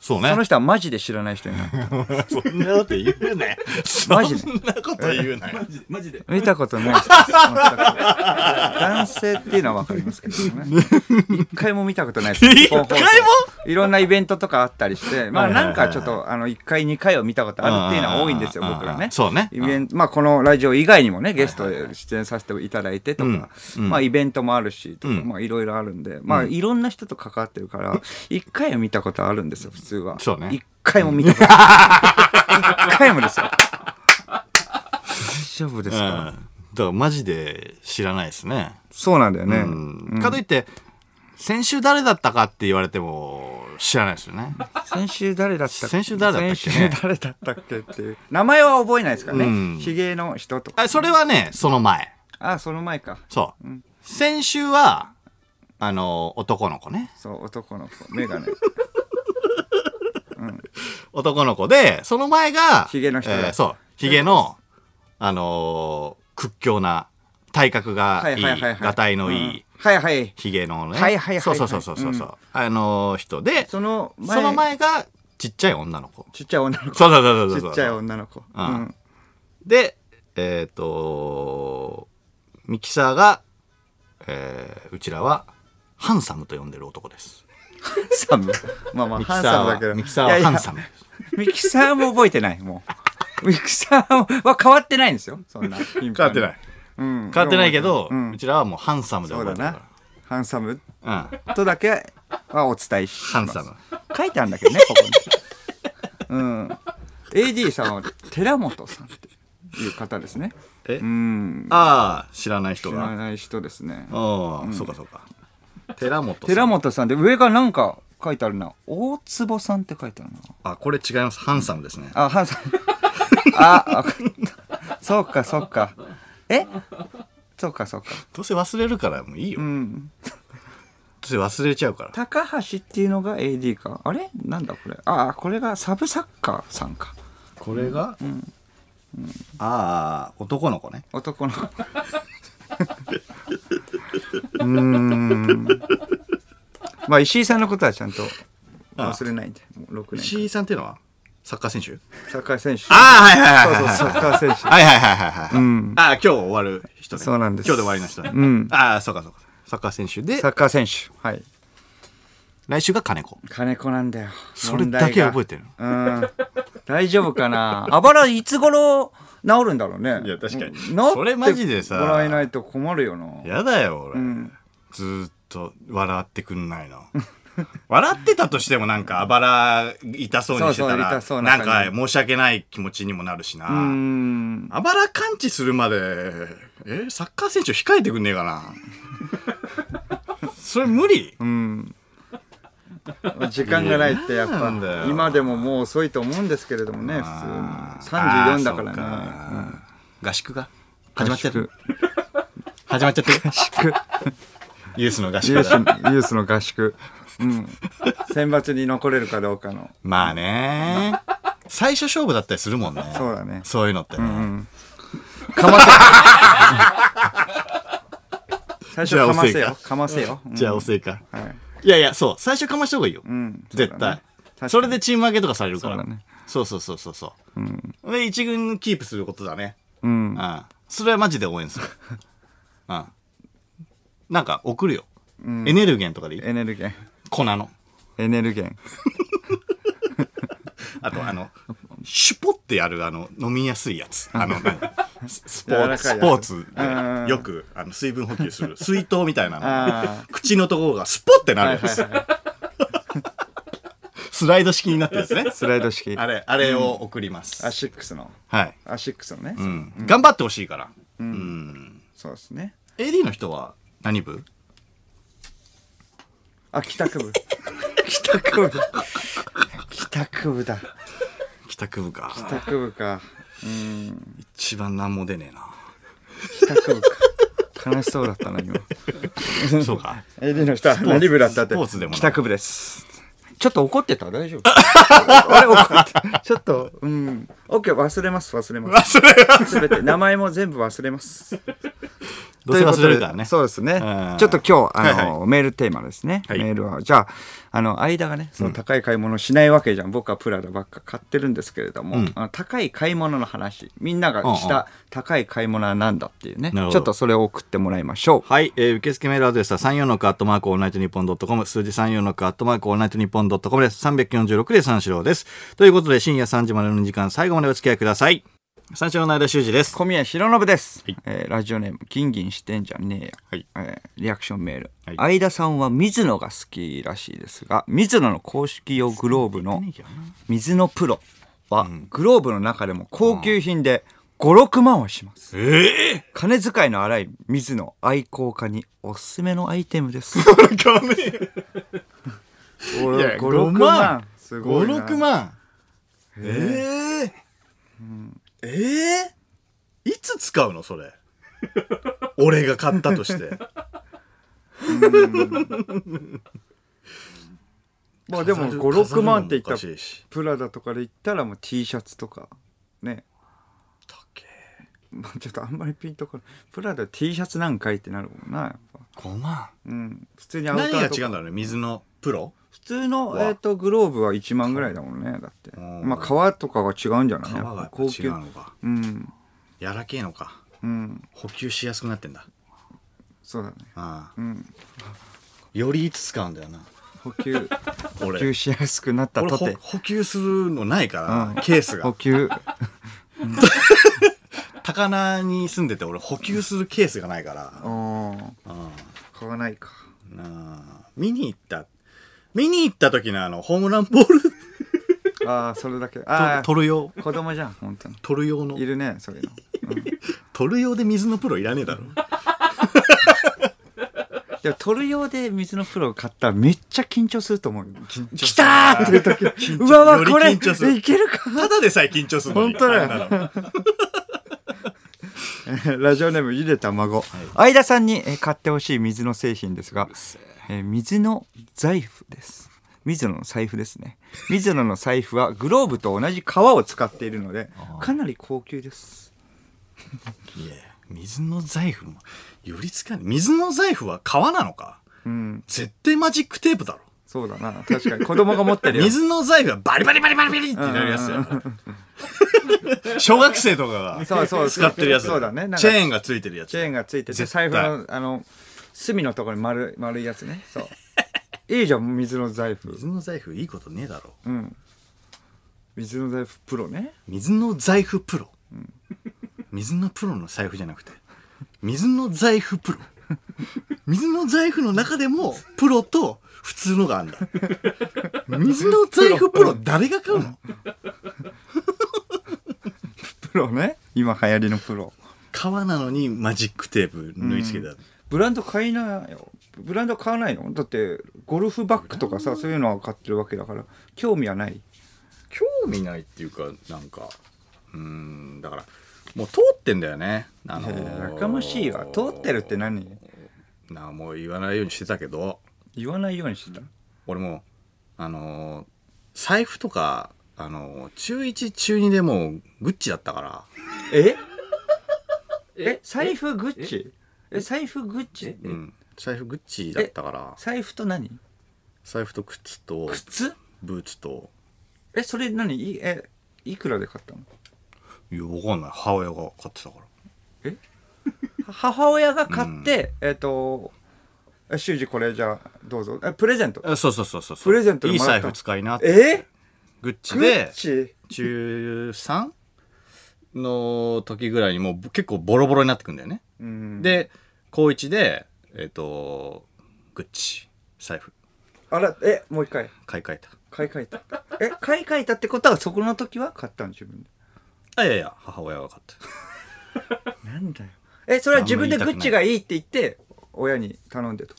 そうね
その。人はマジで知らない人になった。
そんなこと言うね。そん
マジで
なこと言うなよ。
マジで。
見たことない人です全く男性っていうのはわかりますけどね。一回も見たことないで す。
一回も
いろんなイベントとかあったりして、ま
は
あ
いはいはい
なんかちょっと、あの、一回、二回を見たことあるっていうのは多いんですよ、
うんうんうん
僕らね。
そうね
イベント、まあこのラジオ以外にもね、ゲストで出演させていただいてとか、まあイベントもあるし、とか、まあいろいろあるんで、まあいろんな人と関わってるから、一回は見たことあるんですよ、普通は。
そうね
一回も見たこと ない。一回もですよ。大丈夫です
うん。だ
か
からマジで知らないですね。
そうなんだよね。
うん。かといって、先週誰だったかって言われても知らないですよね。
先週誰だったっけ
先週誰だったっけね
先週誰だったっけっていう。名前は覚えないですから
うん
ね。ヒゲの人とか。
あそれはね、その前。
あ、その前か。
そう。先週は、あの、男の子ね。
そう、男の子。メ ガネ。
男の子で、その前が、
ヒゲの人だ
えーそう。ヒゲの、あのー屈強な、体格が
はい
い、
はいいはいはい。
がたいのいい、
うん。はいはい。
ヒゲのね。
はいはいはいはい
そうそうそうそうそう。あのー人で、そ
その前。
の。前が、ちっちゃい女の子。
ちっちゃい女の子。
そうそうそうそう
ち
そう。
っちゃい女の子。う
うん
ん。
で、えっ、とミキサーが、えーうちらは、ハンサムと呼んでる男です。
サム。まあまあ、
ミキサ
ハン
ー
サムだけ
は、
ど。
ミキサーはハンサ
ム。
ムです。
ミキサーも覚えてない、もう。ミキサーは変わってないんですよ。そんな。
変
変。
わってないい。変
変
わってないけど、う
うん
ちらはもうハンサムで
そ
覚
う
え
だ
てる
な
か。
ハンサム
ら。うん。
とだけはお伝えし
ハ
ま
ン
す
サム。
書いてあるんだけどねここにうん AD さんは寺本さんっていう方ですね
え
うん
ああ、知らない人
知
が。
ら
あ
ない人ですね
あ、そうかそうか。寺本さん。
寺本さんで上がなんか書いてあるな大坪さんって書いてあるな
あ、これ違います。ハンサムですね。
あハンさん あわかったそうかそうかえそうかそうか
どうせ忘れるからもういいよ。
う
ど
ん
うせ忘れちゃうから。
高橋っていうのが AD かあれなんだこれあこれがサブサッカーさんか
これが、ああ、男の子ね。
男 の子まあ石井さんのことはちゃんと忘れないんでもう6年
石井さんっていうのはサッカー選手
サッカー選手
ああ、はい
そうそうサッカー選手
はいはいはいはいはい。
ん
ああ、今日終わる人ね。
そうなんです
今日で終わりの人ね。
ん
ああ、そうかそうか。サッカー選手で
サ、ッカー選手はい
来週が金子。
金子なんだよ
それだけ覚えてるの。
問題がうん大丈夫かなあばらいつ頃治るんだろうね
いや確かに
うん治って
それマジでさ
もらえないと困るよな
やだよ、俺。ずーっと笑ってくんないの。 笑ってたとしてもなんかあばら痛そうにしてた
そうそう痛
ら
そう
な
な
ん
感じ
か申し訳ない気持ちにもなるし
う
なんあばら完治するまでえサッカー選手控えてくんねえか なそれ無理
うん、時間がないってやっ
いやな
ぱ
んだよ
今でももう遅いと思うんですけれどもね普通に
あー
34だ
あ
か
ーそう
らね
か合宿が始まっちゃってる始まっちゃってる
合宿
ユースの合宿
ユー
が
スユースの合宿、うん、選抜に残れるかどうかの
まあね最初勝負だったりするもんね
そうだね
そういうのってね
かませ最
じゃあ
初かませ
遅い
よ
か
かませよ、うん
じゃあおせいか
はい
いやいやそう最初かました方がいいよ
うん
絶対
そうだね
それでチーム分けとかされるから
そうだね
そうそうそうそうそうで一軍キープすることだね
うん
うんそれはマジで応援 するうんなんか送るよエネルゲンとかでいい
エネルゲン
粉の
エネルゲン
あとあ の、シュポってやるあの、飲みやすいやつ。あの、何ススポ
柔
ー
ら
ツ、
か
ス
いやつ
ポーツ
うん
でよくあの水分補給す る水筒みたいな
あ
の。口のところがスポってなるやつ。スライド式になってるんで すね。
スライド式
あ
ア
れ、あれを送ります。
シックスの
はい。
アシックスのね、
うん。頑張ってほしいから。うん。
そうですね
AD の人は何部
あ、帰宅部。 帰宅部。帰宅部だ。
帰宅部
帰
か。
宅部か。うん。
一番何も出ねえな。
帰宅部か。悲しそうだったな、今。
そうか。
AD の人は
ポーツ
何部だったって。
スポーツでもない
帰宅部です。ちょっと怒ってた大丈夫 俺怒ってたちょっとうん OK 忘れます忘れ ます
それ
すべて名前も全部忘れます
どうせ忘れるからね。
ということでそうです
う
ね
ん。
ちょっと今日、あの、
はい
メールテーマですね。
はい
メールは、じゃあ、あの、間がね、その高い買い物しないわけじゃん。僕はプラダばっか買ってるんですけれども、
うん
あの高い買い物の話、みんながし
うんうん
た高い買い物は何だっていうね、
なるほど
ちょっとそれを送ってもらいましょう。
はい、えー受付メールアドレスは34のカットマークオールナイトニッポンドットコム、数字34のカットマークオールナイトニッポンドットコムです。346で三四郎です。ということで、深夜3時までの2時間、最後までお付き合いください。三四郎の間修二です。
小宮弘信です、
はい
えーラジオネーム、ギンギンしてんじゃねえや。
はい
えーリアクションメール、
はい
相田さんは水野が好きらしいですが水野の公式用グローブの水野プロはグローブの中でも高級品で56万はします
ええ
金遣いの荒い水野愛好家におすすめのアイテムです
これかねいや
56
5万
す
五
ごいな
六万ええええいつ使うのそれ俺が買ったと して
まあでも
飾る
56万って言っ
飾るのもお
た
かしいし
らプラダとかで言ったらもう T シャツとかねまあ ちょっとあんまりピンとこないプラダ T シャツなんかいってなるもんなやっぱ
5万
うん普通にアウター
何
とか
が違うんだろうね水のプロ
普通の、
わ
えー、とグローブは1万ぐらいだもんねだって
うん
まあ革とかが違うんじゃない
皮がやっぱ
高
違
級
うのか
うん
やらけえのか
うん
補給しやすくなってんだ
そうだね
ああ
うん
よりいつ使うんだよな
補給補給
俺
しやすくなった
俺
と
ほ
て
補給するのないか
うん
らケース
補
が
給
高菜に住んでて俺補給するケースがない から
うん
うん
買わないか
なあ見に行った見に行った時のあのホームランボール
ああそれだけああ
取る用
子供じゃん本当に
取る用の
いるねそういうの、うん
取る用で水のプロいらね えだろ
でも取る用で水のプロを買ったらめっちゃ緊張すると思うよ 来たーっていう時うわ
よ
わ
り
これ
緊張する
いけるか
ただでさえ緊張するのに
本当だよ
あんなの
ラジオネームゆでたまご、相田さんにえー買ってほしい水の製品ですが、えー水の財布です水野の財布ですね水野の財布はグローブと同じ革を使っているのでかなり高級です
いや水の財布もよりつかない水の財布は革なのか
うん
絶対マジックテープだろ
そうだな確かに子供が持って るやつ
水の財布がバリバリバリバリバリってなるやつ だよ小学生とか
そうそう
が使ってるやつ
そうだねなんか
チェーンがついてるやつ
チェーンがついてて
絶
財
対
布のあの隅のところに丸丸いやつねそう いいじゃん水の財布
水の財布いいことねえだろ
うん水の財布プロね
水の財布プロ、水のプロの財布じゃなくて水の財布プロ水の財布の中でもプロと普通のがあんだ水の財布プロ誰が買うの
プロね今流行りのプロ
革なのにマジックテープ縫い付けた、
ブランド買いなよブランド買わないのだってゴルフバッグとかさそういうのは買ってるわけだから興味はない
興味ないっていうかなんかうーんだからもう通ってんだよねあのー
やかましいわ通ってるって何
なあもう言わないようにしてたけど
言わないようにしてた
俺もあのー財布とかあのー中1中2でもうグッチだったから
ええ財布グッチえ財布グッチ
うん財布グッチだったから
財布と何
財布と靴と
靴
ブーツと
えそれ何いえいくらで買ったの
いやわかんない母親が買ってたから
母親が買って、えっ、とえ修二これじゃあどうぞえプレゼント
あそうそうそうそう
プレゼント
い
で
い
もら
財
った
布使いなって
え
グッチ
グッ
で
チ
中 3? の時ぐらいにもう結構ボロボロになってくんだよね、
うん
で高1でえっ、とグッチ財布
あらえもう一回
買い替えた
買い替えた。え、買い替えたってことは、そこの時は買ったの自分で。
あいやいや母親が買った
なんだよ。え、それは自分でグッチがいいって言って、親に頼んでと。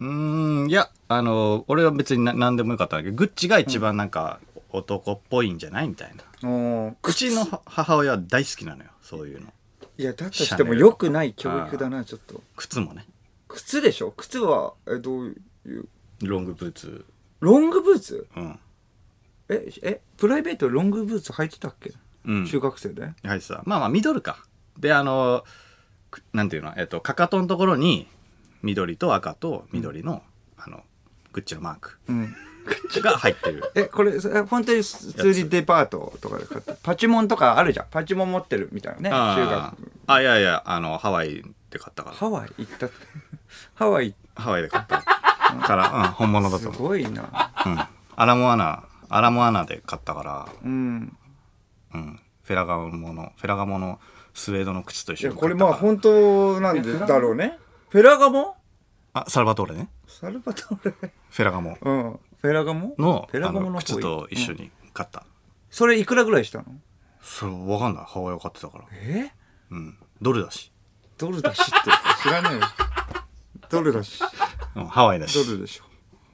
うーんいやあの俺は別にな何でもよかったんだけどグッチが一番なんか男っぽいんじゃないみたいな、
おー
うちのは母親は大好きなのよそういうの
いや、だとしても良くない教育だな、ちょっと。
靴もね
靴でしょ靴は、え、どういう。
ロングブーツ
ロングブーツ
うん。
え、え、プライベートロングブーツ履いてたっけ、
うん。
中学生で
はいさ。まあまあ、ミドルか。で、あの、くなんていうの、えっと、かかとのところに、緑と赤と緑の、あの、グッチのマーク
うん。
が入ってる。
え、これ、それ本当に普通にデパートとかで買った。パチモンとかあるじゃん。パチモン持ってるみたいな ね。中
あ
学。
あ、いやいや、あの、ハワイで買ったから。
ハワイ行ったって。 ハワイ、
ハワイで買ったから、うん、本物だ
す
と思う。
ごいな。
うん。アラモアナ、アラモアナで買ったから、
うん。
うん。フェラガモの、フェラガモのスウェードの靴と
い
一緒
や
に
こ
買
れ
ったか
まあ
ら。
本当なんでだろうね
フェラガモ
あ、サルバトーレね。
サルバトーレ
フェラガモ
うん。フェラガモ
の
フェラガモ
あ
の
の
方
靴と一緒
うん
に買った。
それいくらぐらいしたの
それわかんない。ハワイを買ってたから。
え
うん。ドルだし。
ドルだしって知らないよ。ドルだし。
うん、ハワイだし。
ドルでしょ。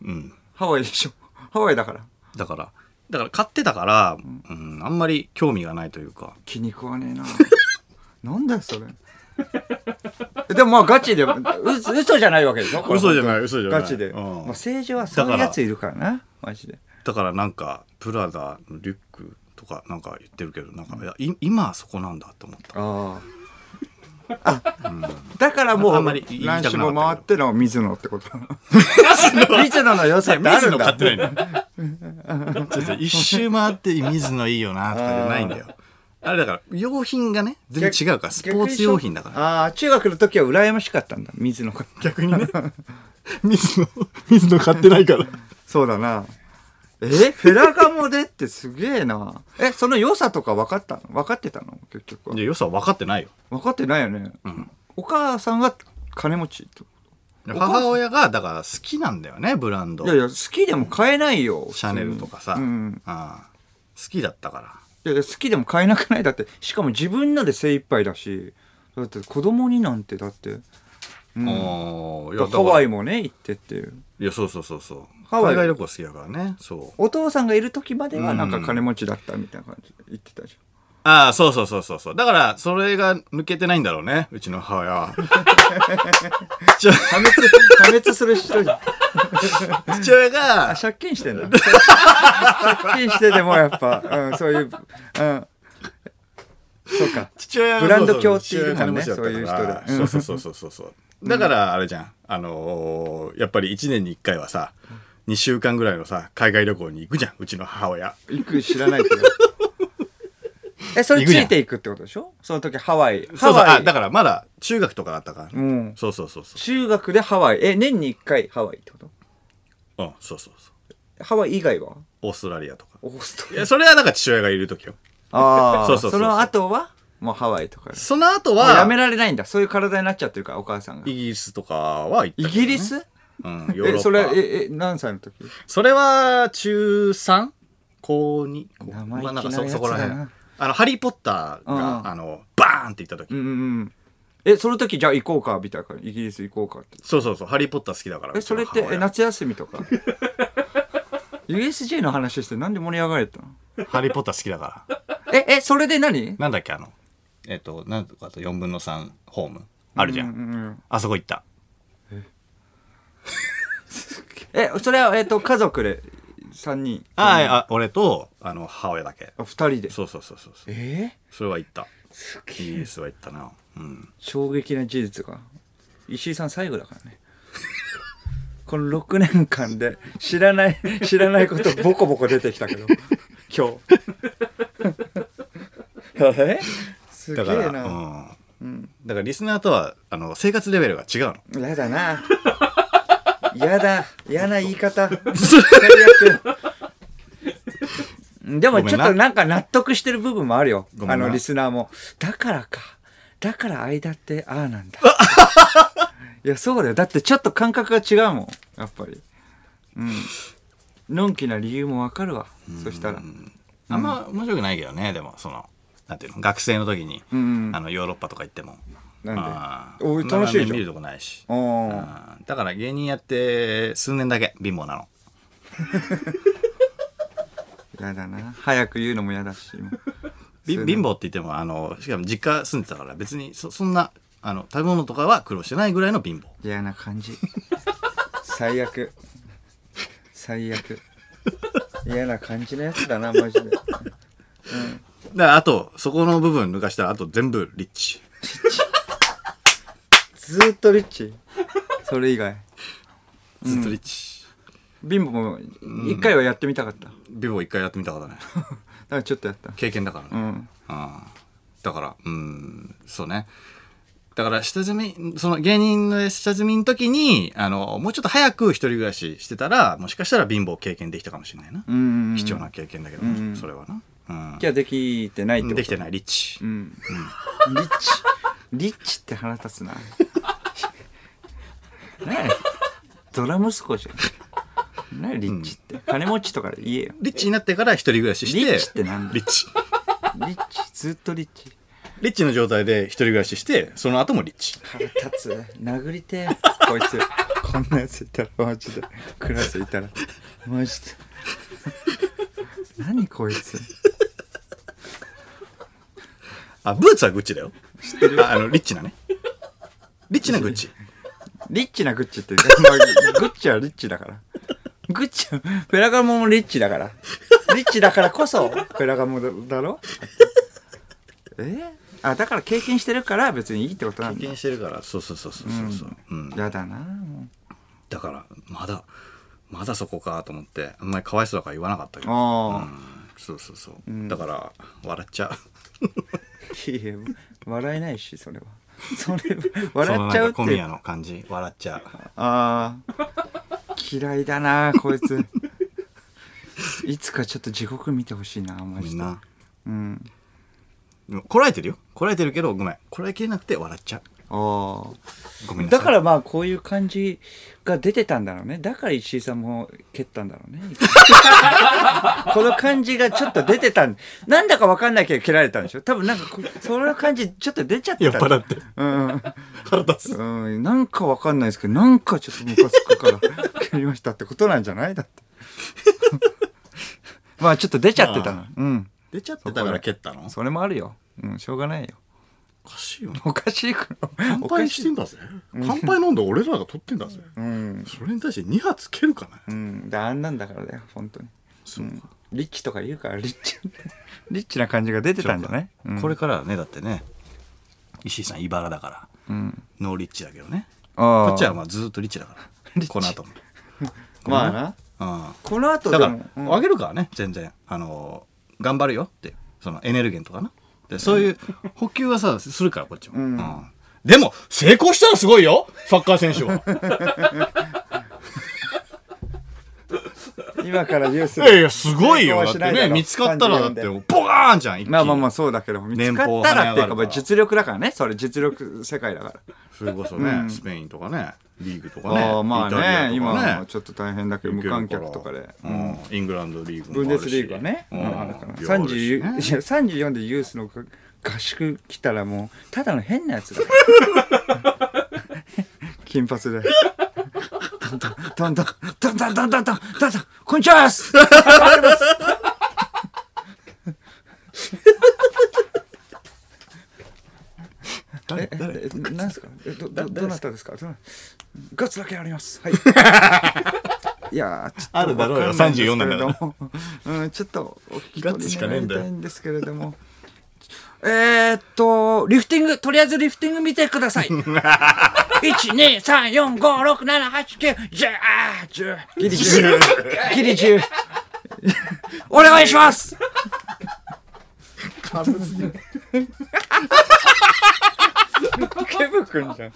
うん。
ハワイでしょ。ハワイだから。
だから、だから買ってたから、うん、あんまり興味がないというか。
気に食わねえな なんだよそれでもまあガチでう嘘じゃないわけでしょこれ
嘘じゃない嘘じゃない
ガチで、
うん
まあ、政治はそういうやついるからなマジで
だからなんか、プラダのリュックとかなんか言ってるけど、なんか、いや、い今はそこなんだと思っ た。
ああだからもう
あんまり言いた
何
くなかったけ
種
ど
も回っての水野ってこと
水野の良さってあ
水
る
野
ん
買
だ
ってないの ちょっと一周回って水野いいよなとかじゃないんだよ。あれだから、用品がね、全然違うから、スポーツ用品だから。
ああ中学の時は羨ましかったんだ水野が
逆 にね。水野、水野買ってないから。
そうだなえフェラガモでってすげえなえその良さとか分かったの分かってたの結局はい
や、良さは分かってないよ。
分かってないよね、お母さんが金持ちってこと
母親が、だから好きなんだよね、ブランド。
いやいや、好きでも買えないよ。
シャネルとかさ。
うんうん
ああ好きだったから。
いやいや、好きでも買えなくないだって、しかも自分ので精一杯だし、だって子供になんて、だって、うん
おーいやだから
ハワイもね、行ってっていう。
いや、そうそうそうそう。
ハワイ
海外旅行好きだからね。そう。
お父さんがいる時まではなんか金持ちだったみたいな感じで言ってたじ
ああ、そうそうそうそうそう。だから、それが抜けてないんだろうね。うちの母親 は。父
ゃん。破滅、破滅する人じゃん。
父親が
あ、借金してんだ。 借金してでもやっぱ、うん、そういう、うん。そうか。
父親が
ブランド
そう
教
そう
っているもんね
父親が金持ちだったから
そういう人でうん
そうそうそうそうそうそう。だから、あれじゃん。あのーやっぱり1年に1回はさ、2週間ぐらいのさ、海外旅行に行くじゃん。うちの母親。
行く知らないけど。 え、それついていくってことでしょその時ハワイ。
そ
ハ
うそう。
ワ
あ、
イ。
だからまだ中学とかだったから。
うん。
そうそうそうそ
中学でハワイ。え、年に1回ハワイってこと
う。うん、そうそうそう。
ハワイ以外は
オーストラリアとか。
オースト
い
ラリア。
や、それはなんか父親がいる時よ。
ああ、
そうそうそうそう
の後はもうハワイとか。
その後
もう
は、
やめられないんだ。そういう体になっちゃってるから、お母さんが。
イギリスとかは行ったけ
イ
どね、
ギリス
うん、ヨーロッ
え、
パ。
そ
そ
れ、
れ、
え、え、何歳の時
は中 3? 高 2?
生意気な
まあ、なんかそ
やつだな
そこら辺。あの、ハリーポッターが、
うん
あの、バーンって行った時、
うんうんうん。え、その時じゃあ行こうか、みたいな感じ。イギリス行こうかって。
そうそうそう、ハリーポッター好きだから。
え、それって、え、夏休みとか。USJ の話してなんで盛り上がれたの
ハリーポッター好きだから。
え、え、それで何
なんだっけ、あの、えっ、と、なんとかと4分の3ホーム。あるじゃん。
うんうんうん
あそこ行った。
え、それは、えっと、家族で3人。
あ、ああ、俺と、あの、母親だけ。
あ、2人で。
そうそうそうそうそう。
え
それは行った。イギリスは行ったな。うん。
衝撃な事実が石井さん最後だからねこの6年間で知らない知らないことボコボコ出てきたけど 今日 えすげ
だ
え
から、
な、
うん。だからリスナーとは、あの、生活レベルが違うの。
やだな やだ嫌な言い 方最悪でもちょっとなんか納得してる部分もあるよ
ごめ
あ
んな
のリスナーもだからかだから間ってあ あなんだいやそうだよだってちょっと感覚が違うもんやっぱりうんのんきな理由もわかるわそしたら
あんま面白くないけどね、でも、その、なんていうの、学生の時に、
うん
あの、ヨーロッパとか行っても。
な
あ
んで
ー
おい楽しい
まあ
じゃ
見る
ん
とこないし。
おー
あーだから芸人やって数年だけ貧乏なの。
やだな早く言うのもやだしもう
び
数
貧
年
乏って言っても、あの、しかも実家住んでたから別にそ、そんな、あの、食べ物とかは苦労してないぐらいの貧乏。
嫌な感じ最悪最悪嫌な感じのやつだなマジで
だからあと、そこの部分抜かしたら、あと全部リッチ。
ずーっとリッチそれ以外
ずっとリッチ。
貧乏も一回はやってみたかっただか
ビボ一回やってみたからね。
らちょっとやった
経験だからね。
うん
ああだから、うん、そうね。だから、下積み、その芸人の下積みの時に、あの、もうちょっと早く一人暮らししてたら、もしかしたら貧乏経験できたかもしれないな。
うん
貴重な経験だけどね、それはな。
じゃできてないっ
う
て
ん。
こと
できてない、リッチ
う。んリッチリッチって腹立つな何やドラ息子じゃん何やリッチって、金持ちとかで言えよ
リッチになってから一人暮らしして、
リッチってなんだ
リッチ。
リッチずっとリッチ
リッチの状態で一人暮らしして、その後もリッチ。
腹立つ殴りてえこいつこんなやついたらマジでクラスいたらマジで何こいつ
あ、ブーツはグッチだよ。知ってるああの、リッチなね。リッチなグッチ。
リッチなグッチって言うから、まあグッチはリッチだから。グッチは、ペラガモもリッチだから。リッチだからこそ、ペラガモだろえあ、だから経験してるから別にいいってことなんだ。
経験してるから、そうそうそうそうそうそう。うん
やだなも
だから、まだ、まだそこかと思って、あんまりかわいそうだから言わなかったけ
う。
ど。う
ああ。
んそうそうそう。だから、笑っちゃう。
いや、笑えないし、そ れは。それは、笑っちゃう
そのなん
っ
か小
て
宮。の感じ、笑っちゃう。
ああ。嫌いだなこいつ。いつかちょっと地獄見てほしいなマ
み
ジ
ん
で。
な。
うん。
でもこらえてるよ。こらえてるけど、ごめん。こらえきれなくて笑っちゃう。
ああ。
ごめんなさい。
だからまあこういう感じが出てたんだろうねだから石井さんも蹴ったんだろうね この感じがちょっと出てたんなんだかわかんないけど蹴られたんでしょ多分なんかこその感じちょっと出ちゃって
酔った払って。
うん
腹立つ。
うん、なんかわかんないですけどなんかちょっとムカつくから 蹴りましたってことなんじゃないだって まあちょっと出ちゃってた
ま
なうん
出ちゃってたから蹴ったの
それもあるよ、うん、しょうがないよ
おかしいよね。
おかしいから
乾
おか
杯
し
し
い
てんだぜ。乾杯飲んで俺らが取ってんだぜ。
うん
それに対して2発蹴るかね。
うん、であんなんだからだよ本当に
そう
うんリッチとか言うからリッチリッチな感じが出てたんじゃない、うん、
これからはね、だってね、石井さん茨だから、
うん
ノーリッチだけどね。
あ
こっちは
あ
まあずーっとリッチだか
リ
ら。
ッチ
この後も。
まあな
うん。
この後で
だ
も
から、あげるからね、全然。あのー、頑張るよって、そのエネルギーとかな。で、そういう補給はさ、するから、こっちも。
ん
うんでも、成功したらすごいよサッカー選手 は。
うん今からニュース
いやいや、すごいよ。
成功は
だっ
しな
て
いだ
ね、
ろ
見つかったら、だって、ボカーンじゃん、一気に
まあまあまあそうだけど見つかったらってい
年俸跳
う
ね上がる
かま
か
あ
ら
実力だからねそれ実力世界だから
それこそね、スペインとかね、リーグとかね、
ああまあ
イタリアとか
ね今はちょっと大変だけど
行
無
けるら
観客とかで、
う
うん
ん、イングランドリーグも
ブンデスリーグはね、
う
うんん、あるか
いやあ
ら
るし
30いや34でユースの合合宿来たらもうただの変なやつだから金髪でトントントントントントントントントントントンこんにちはっすええ何ですかえどどどなたですかどなガッツだけあります はいいやーちょっと
あるだろうよ
わかんないんですけれど
34なんだから
もうん、ちょっとお聞き
ガッツしかねえ
取り
んだよ
願いたいんですけれども。えーっと、リフティング、とりあえずリフティング見てください。1、2、3、4、5、6、7、8、9、10、あー10。ギリ10。ギリ10。お願いします軽すぎる。ケブ君じゃん。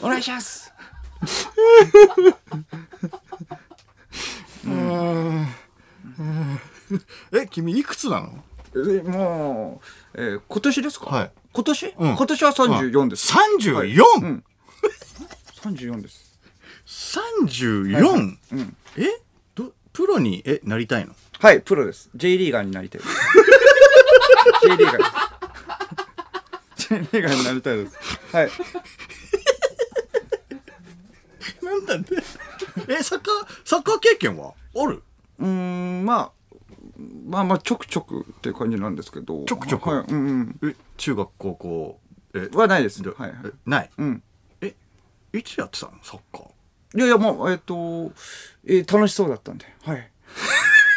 お願いします。
え君いくつなの
えもう、えー今年ですか、
はい
今年、
うん
今年は34です。
34?34?、
34です。
34えどプロにえなりたいの
はい、プロです。J リーガーになり たいです。J リーガーです。J リーガーになりたいです。はい。
なんだってえサッカーサッカー経験はある
うーん、まあ、まあまあ、ちょくちょくっていう感じなんですけど。
ちょくちょく
はい、うん
え中学高校え
うん。はないです。
で
はい。
えない
うん。
えいつやってたのサッカー
いやいやもうえっ、と、えー楽しそうだったんではい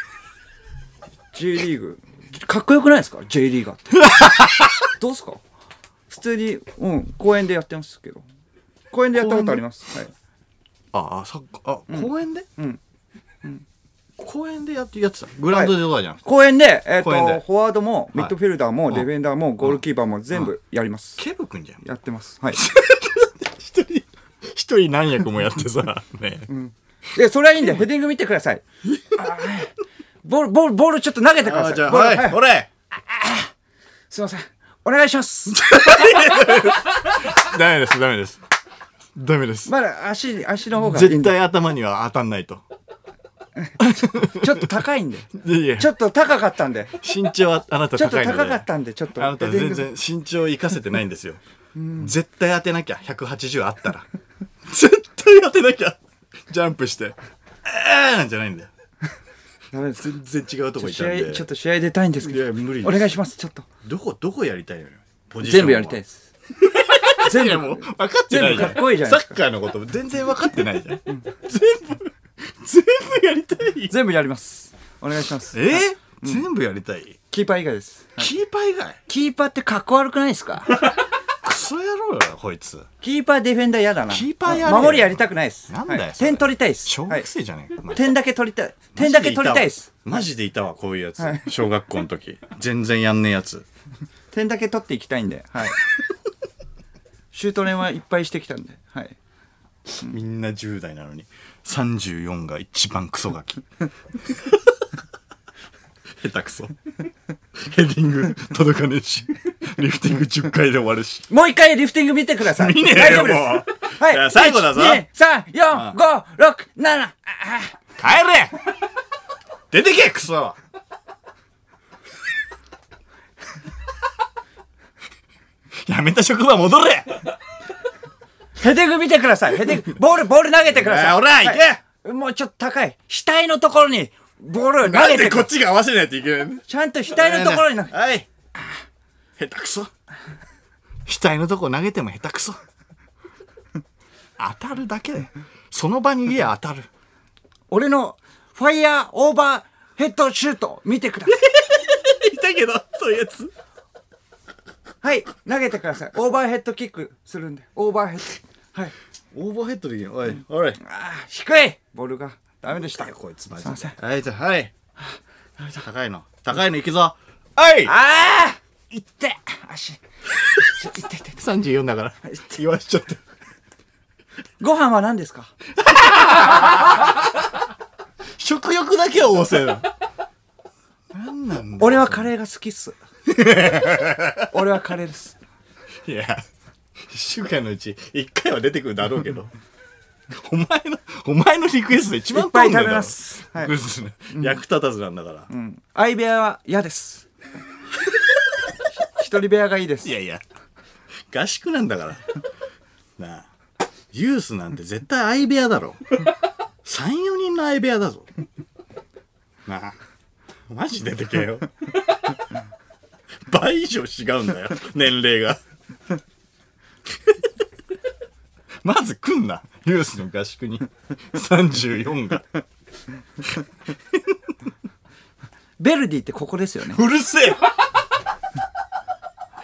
J リーグかっこよくないですか J リーガーってどうですか普通にうん公園でやってますけど公園でやったことありますはい
ああ、サッカー、あ、公園で
うん。
公園でやって、やってた。グラウンドでどうだじゃん。
公園で、えっ、
公園で
と、フォワードも、
い
ミッドフィルダーも、
ん
ディフェンダーも、ゴールキーパーも全部やります。
ケブ君じゃん。
やってます。はい。
一人、一人何役もやって さ、ね。
で、それはいいんで、ヘディング見てください。あーはいボール、ボール、ボールちょっと投げてくだ
あ
さ
あ、
い。
じゃあ、
ボール
はい、
はい
ほれ
すいません。お願いします。
ダメです、ダメです。ダメです。
まだ足、足の方がいい
絶
んで、
対頭には当たんないと。
ちょっと高いんで。
いやいや、
ちょっと高かったんで。
身長はあなた
ちょっと
高いので。
高かったんで、ちょっと。
あなた
ヘディン
全
グ
然身長生かせてないんですよ。絶対当てなきゃ、180あったら。絶対当てなきゃ、ジャンプして、えーなんじゃないんだよ。
ダメです。
全然違うとこ行っ
試
たん
合、
で。
ちょっと試合出たいんですけ
いや、
ど。
無理
お願い
です。
します、ちょっと。
どこ、どこやりたいのよ。ポジションは
全部やりたいです。
いやもう分かってないじゃん
全部かっこいいじゃないです
サッカーのこと全然分かってないじゃん全部全部やりたい
全部やります。お願いします。
え全部やりたい
キーパー以外です。
キーパー以外
キーパーってかっこ悪くないですか
クソ野郎よこいつ
キーパーディフェンダー嫌だな。
キーパーやれよ
守りやりたくないです。
なんだよ
はい
それ
点取りたいです。
小
はい
学生じゃねえかお前
点だけ取りたい。点だけ取りたいです。
マジでいたわこういうやつ小学校の時全然やんねえやつ
点だけ取っていきたいんで。はい。シュート練はいっぱいしてきたんで。はい。
みんな10代なのに34が一番クソガ キ下手くそヘディング届かねえしリフティング10回で終わるし
もう一回リフティング見てください。
見ねえよ
大丈夫です
もう
はい
や
い。
最後だぞ
1 2 3、4、5、6、7。あ
帰れ出てけク ソやめた職場戻れ
ヘディング見てください。ヘディング、ボール、ボール投げてください。
あほら行け
はいもうちょっと高い。額のところに、ボールを投
なん
げて
で
く
こっちが合わせないといけないの
ちゃんと額のところに投げ
はい下手くそ額のとこ投げても下手くそ当たるだけでその場にいりゃ当たる
俺のファイヤーオーバーヘッドシュート見てくだ さい。
いたけどそういうやつ
はい、投げてください。オーバーヘッドキックするんで、オーバーヘッド。はい。
オーバーヘッドでいいよおいおい
あー低いボールがダメでした。
こいつマジ
すいません。
はいじゃあはい高いの高いの行くぞはい
あーいって足。ちょいっていって。
34だから言わしちゃった
ご飯は何ですか
食欲だけは旺盛 だなんなんだ
俺はカレーが好きっす。俺はカレーです。
いや1週間のうち1回は出てくるだろうけどお前のお前のリクエスト一番
いっぱい
通んねえ
食べ
だろ
ますはい
グズね役立たずなんだから、
うん。相部屋は嫌です。ひ一人部屋がいいです
い。やいや合宿なんだからなあユースなんて絶対相部屋だろ34人の相部屋だぞなあマジ出てけよ倍以上違うんだよ年齢がまず来んなユースの合宿に34が
ベルディってここですよね。
うるせえ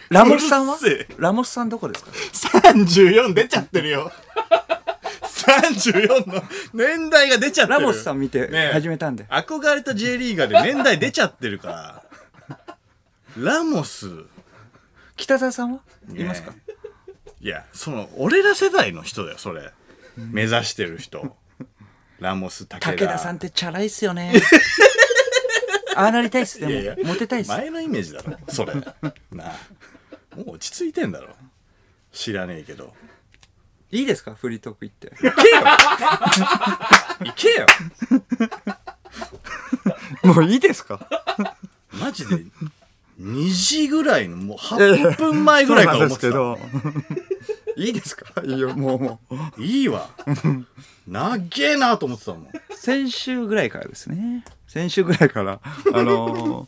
ラモスさんは
うるせえ
ラモスさんどこですか
34出ちゃってるよ34の年代が出ちゃってる
ラモスさん見て
ねえ
始めたんで。
憧れた J リーガーで年代出ちゃってるからラモ ス
北澤さんは
ねえいますかいやその俺ら世代の人だよそれ目指してる人ラモス武田
武田さんってチャラいっすよね。ああなりたいっす。
いや
で
いや
も、モテたいっす。
前のイメージだろそれなあもう落ち着いてんだろ知らねえけど
いいですかフリートーク行って。
行けよ
もういいですか
マジで2時ぐらいのもう8分前ぐらいから思 ってた。
いいですかいいよ、もうもう。
いいわ長えなと思ってたもん
先週ぐらいからですね。先週ぐらいから。あのー、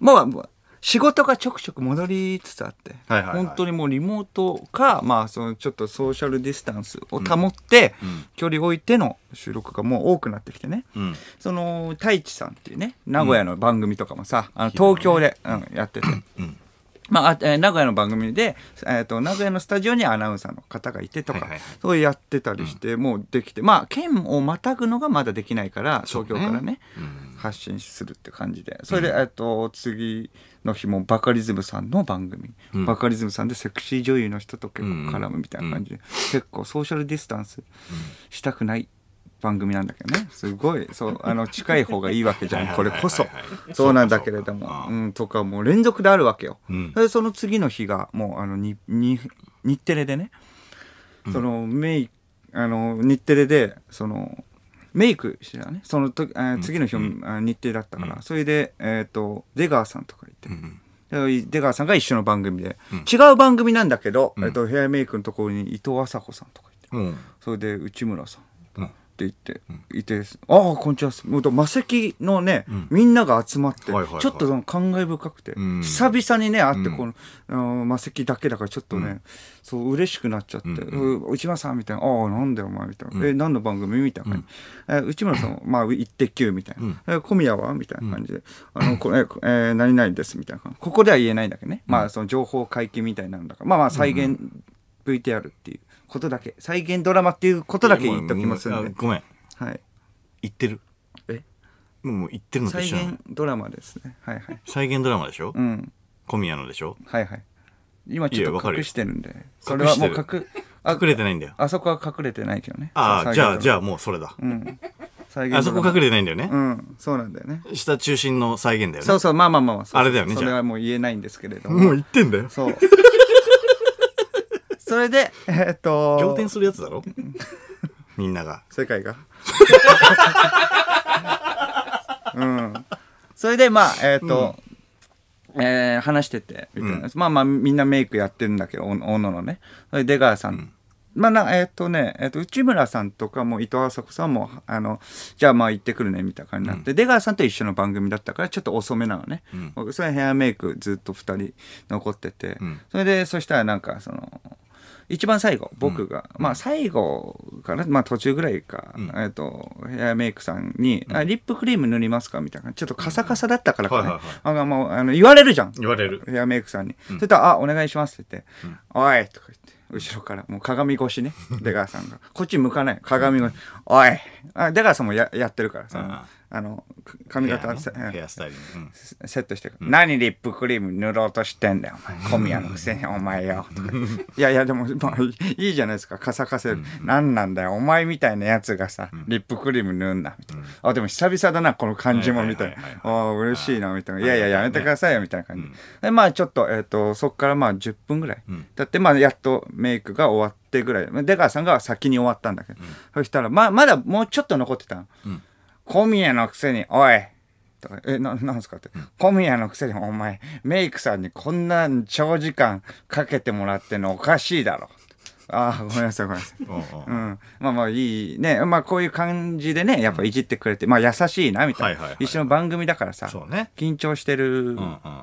まあまあ、仕事がちょくちょく戻りつつあって、
はいはいはい
本当にもうリモートか、まあ、そのちょっとソーシャルディスタンスを保って、
ん
距離を置いての収録がもう多くなってきてね、
うん。
その太一さんっていうね名古屋の番組とかもさ、あの東京で、うん、やってて、まああえー名古屋の番組で、えー、と名古屋のスタジオにアナウンサーの方がいてとか、
はいはいはい
そうやってたりして、もうできてまあ県をまたぐのがまだできないから東京からね発信するって感じでそれで、えー、と次の日もバカリズムさんの番組、
ん
バカリズムさんでセクシー女優の人と結構絡むみたいな感じで、結構ソーシャルディスタンスしたくない。番組なんだけどねすごい そうあの近い方がいいわけじゃんこれこそそうなんだけれども、うん、とかもう連続であるわけよ、
ん
でその次の日がもうあのにに日テレでねそのメイあの日テレでそのメイクしてたねそのと、あー次の日も、あー日テレだったから、それで、えっと出川さんとかいて、で出川さんが一緒の番組で、違う番組なんだけど、えっとヘアメイクのところに伊藤麻子さんとかいて
うん。
それで内村さん
うん。
って言って、いて、ああ、こんにちは。もうと、魔石のね、みんなが集まって、
はいはいはい
ちょっとその感慨深くて、
ん
久々にね、会って、この、あの魔石だけだから、ちょっとね、そう、嬉しくなっちゃって、う内村さんみたいな、ああ、なんだよ、お前、みたいな。え、何の番組みたいな感じ、え内村さんは、まあ、イッテ Q みたいな。え小宮はみたいな感じで、あの、これ、えー、何々です、みたいな感じ。ここでは言えないんだけどね。まあ、その情報解禁みたいなんだから、まあまあ、再現 VTR っていうことだけ、再現ドラマっていうことだけ言っときますん
あ
で。
ごめん。
はい。
言ってる。
え
もう言ってるのと
再
一緒なの
現ドラマですね。はいはい。
再現ドラマでしょ
うん。
小宮のでしょ
はいはい。今
い
ち
や
ょ
わ
っ
か
と
るよ
隠してるんで。それはもう隠、あ
隠、れてないんだよ。
あそこは隠れてないけどね。
ああ、じゃあ、じ
ゃ
ゃあもうそれだ。
あ、再
あそこ隠れ
れ
てないんだよね
う。ん、そうなんだよね。
下中心の再現だよ
そ
ね
う。そう、まあまあまあまあ。そうそう
あれだよね
そ
じ
れ
ゃあ
はもう言えないんですけれど
もう
も。
言ってんだよ。
そう。それで、えーっと。
仰天するやつだろみんなが。
世界 が。うん。それで、まあ、えっ、と、えー話してて、みたいなまあまあ、みんなメイクやってるんだけど、おおののね。それで出川さん。まあな、えっ、とね、えっ、と、内村さんとかも、伊藤麻子さんも、あの、じゃあまあ行ってくるね、みたいな感じになって、出川さんと一緒の番組だったから、ちょっと遅めなのね。僕それヘアメイクずっと二人残ってて、
ん
それで、そしたらなんか、その、一番最後僕が、まあ最後かなまあ途中ぐらいか、えっ、とヘアメイクさんに、あ「リップクリーム塗りますか?」みたいなちょっとカサカサだったからか
は
ね、
いはい
あもうあの言われるじゃん
言われる。
ヘアメイクさんに、そしたら「あお願いします」って言って「おい」とか言って後ろからもう鏡越 しね出川さんがこっち向かない鏡越し「おい」あ出川さんもややってるからさ、あのか髪
ヘ
型
アね
せ
ヘアスタイリング。うん
セットして、何リップクリーム塗ろうとしてんだよ、お前。小宮のくせに、お前よ。 とかいやいや、でも、まあ、いいじゃないですか、カサカサより。何なんだよ、お前みたいなやつがさ、リップクリーム塗んな、みたいな。あ、でも久々だな、この感じも、みたい
はいはい
な。ああ、嬉しいな、みたいな。いやいや、やめてくださいよ、みたいな感じ。で、まあ、ちょっと、えっと、そっからまあ、10分ぐらい。だって、まあ、やっとメイクが終わってぐらい。出川さんが先に終わったんだけど。そしたら、まあ、まだもうちょっと残ってたの。小宮のくせに、おいとかえ、な、なんすかって。小宮のくせに、お前、メイクさんにこんな長時間かけてもらってんのおかしいだろ。ああ、ごめんなさい、ごめんなさい。
うんうん
うん、まあまあいいね、まあこういう感じでね、やっぱいじってくれて、まあ優しいなみ
は
たい
いはい
な
は。い
一緒の番組だからさ、
そうね
緊張してる
ん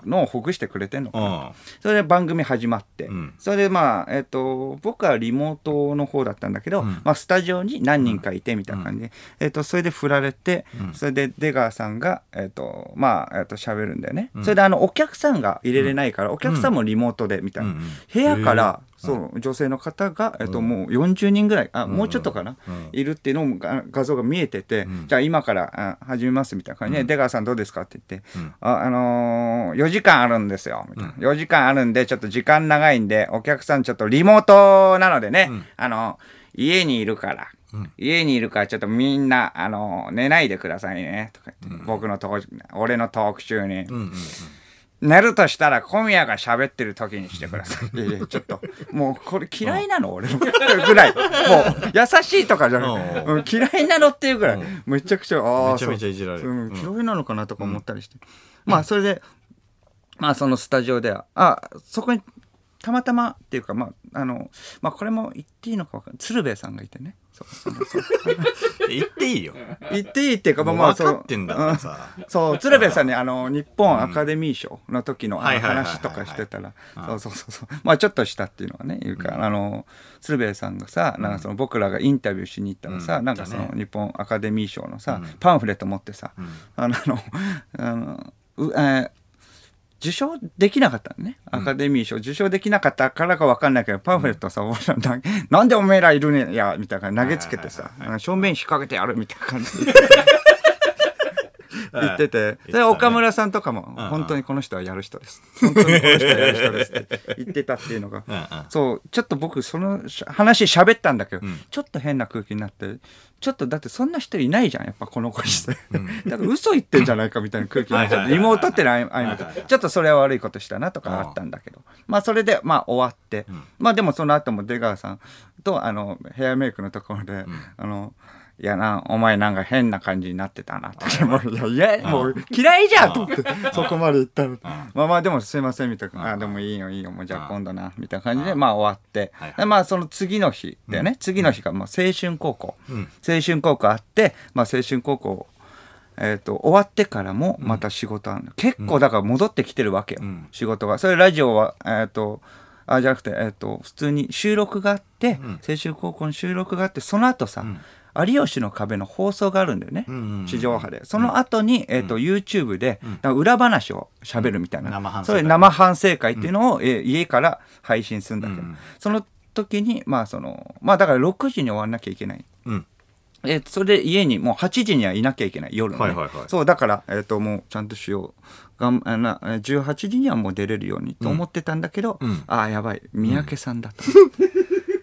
のをほぐしてくれてんのか
う
な。
ん。
それで番組始まって、
ん
それでまあ、えっと僕はリモートの方だったんだけど、まあ、スタジオに何人かいてみたいな感じで、えっとそれで振られて、それで出川さんが、えっとまあえっと喋るんだよね、それであのお客さんが入れれないから、お客さんもリモートでみたいな、部屋から、その女性の方が、えっともう40人ぐらいあもうちょっとかな、いるっていうのもが画像が見えてて、じゃあ今からあ始めますみたいな感じで、出川さんどうですかって言って、ああのー、4時間あるんですよみたいな、4時間あるんでちょっと時間長いんでお客さんちょっとリモートなのでね、あの家にいるから。家にいるからちょっとみんな、あの寝ないでくださいねとか言って、僕のトーク俺のトーク中に、寝るとしたら小宮が喋ってる時にしてください。いやいや、ちょっと、もうこれ嫌いなの俺のぐらい。もう優しいとかじゃない。
う
うん嫌いなのっていうぐらい。めちゃくちゃ、ああ、
めちゃめちゃいじられる
そううん嫌いなのかなとか思ったりして。まあ、それで、まあ、そのスタジオでは、あ、そこにたまたまっていうか、まあ、あの、まあ、これも言っていいのかわかんない。鶴瓶さんがいてね。 そうそうそう
言っていい よ。
言っていいっていうか、まあ、まあ、
分
そう
かってんだからさ。
そう、鶴瓶さんね、あの、日本アカデミー賞の時のあ
はい
の
はいはいはい
話とかしてたら、そうそうそうそう、まあちょっとしたっていうのはね、いうか、あの、鶴瓶さんがさ、なんかその僕らがインタビューしに行ったらさ、
うん
なんかその
だ
日本アカデミー賞のさ、
うん
パンフレット持ってさ、あの、あの、うえー受賞できなかったのね。アカデミー賞、受賞できなかったからかわかんないけど、パンフレットさ、俺らななんでおめえらいるねんや、みたいな投げつけてさ、なんか正面引っ掛けてやるみたいな感じで。 言ってて、
てた
で
ね
岡村さんとかも、
ん
本当にこの人はやる人です。本当にこの人はやる人ですって言ってたっていうのが、
うんうん
そう、ちょっと僕、そのし話喋ったんだけど、
ん
ちょっと変な空気になって、ちょっとだってそんな人いないじゃん、やっぱこの子にして。だから嘘言ってんじゃないかみたいな空気になっちゃっ
はいはいはいはい
て、リモートってない、あいみ
はいはいはい
ちょっとそれは悪いことしたなとかあったんだけど、まあそれで、まあ終わって、まあでもその後も出川さんと、あの、ヘアメイクのところで、あの、いやな、お前なんか変な感じになってたなって。もう、いや、いやもう嫌いじゃんと思って、そこまで言ったの。まあまあ、でもすいません、みたいな。あ、でもいいよ、いいよ、もうじゃあ今度な、みたいな感じで、まあ終わって
はいはい。
でまあその次の日だよね。次の日が、まあ青春高校。
ん
青春高校あって、まあ青春高校、えっと終わってからもまた仕事あるの、結構だから戻ってきてるわけよ、
ん
仕事がそれラジオはえっ、とあじゃなくて、えっと普通に収録があって、青春高校の収録があってその後さ、有吉の壁の放送があるんだよね、
んうんうん
地上波でその後に、えっと YouTube で、なんか裏話を喋るみたいな、
うん生反省
そういう
会
生反省会っていうのを、えー家から配信するんだけど、その時にまあそのまあだから6時に終わんなきゃいけない
うん。
えーそれで家にもう8時にはいなきゃいけない夜の、
は
ね
いはいはい
そうだから、えー、ともうちゃんとしようがんあなえー18時にはもう出れるようにと思ってたんだけど、
ん
ああやばい三宅さんだ と、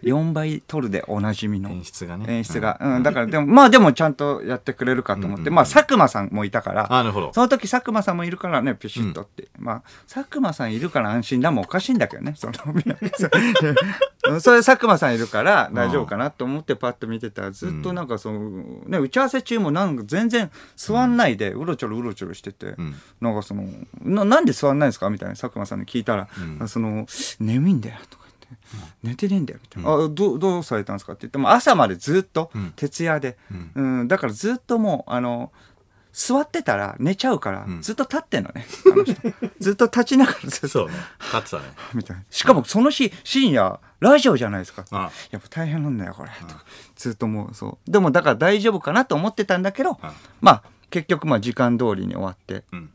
4倍取るでおなじみの
演出がね。
演出が、うんだからでもまあでもちゃんとやってくれるかと思って、まあ佐久間さんもいたから
あなるほど
その時佐久間さんもいるからねピシッとって、まあ佐久間さんいるから安心だもおかしいんだけどねその三宅さんうんそれ佐久間さんいるから大丈夫かなと思ってパッと見てたらずっとなんかその、ね打ち合わせ中もなんか全然座んないでうろちょろうろちょろしてて、なんかそのななんで座んないんですかみたいな佐久間さんに聞いたら、その眠いんだよとか言って。寝てねえんだよみたいな、あどうどうされたんですかって言っても朝までずっと徹夜で、うんだからずっともうあの座ってたら寝ちゃうから、ずっと立ってんのね あの人ずっと立ちながらずっと
そうね。勝ってたね。
みたいなしかもその日深夜ラジオじゃないですか
あ
やっぱ大変なんだよこれとかずっともうそうでもだから大丈夫かなと思ってたんだけど
あ
まあ結局まあ時間通りに終わって、
うん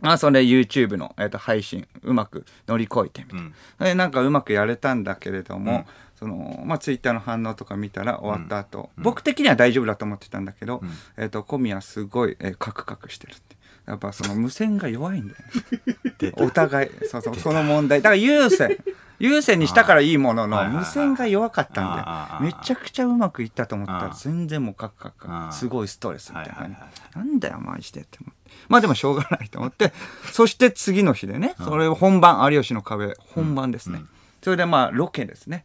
まあそれ YouTube の、えっと配信うまく乗り越えてみたいな、えなんかうまくやれたんだけれども、そのまあ、Twitter の反応とか見たら終わった後、僕的には大丈夫だと思ってたんだけど、えっと小宮すごい、えーカクカクしてるってやっぱその無線が弱いんだよね お互いそうそうその問題だから優先優先にしたからいいもの
あ
の
ーはいはいは
無
い
線が弱かった
あ
ん
ー
でめちゃくちゃうまくいったと思った
あ
ら
ー
全然もうカクカク
あー
すごいストレスみたいな
はい
ね
はいは
なんだよマジでって思ってまあでもしょうがないと思 ってそして次の日でねそれ本番有吉の壁本番ですねそれでまあロケですね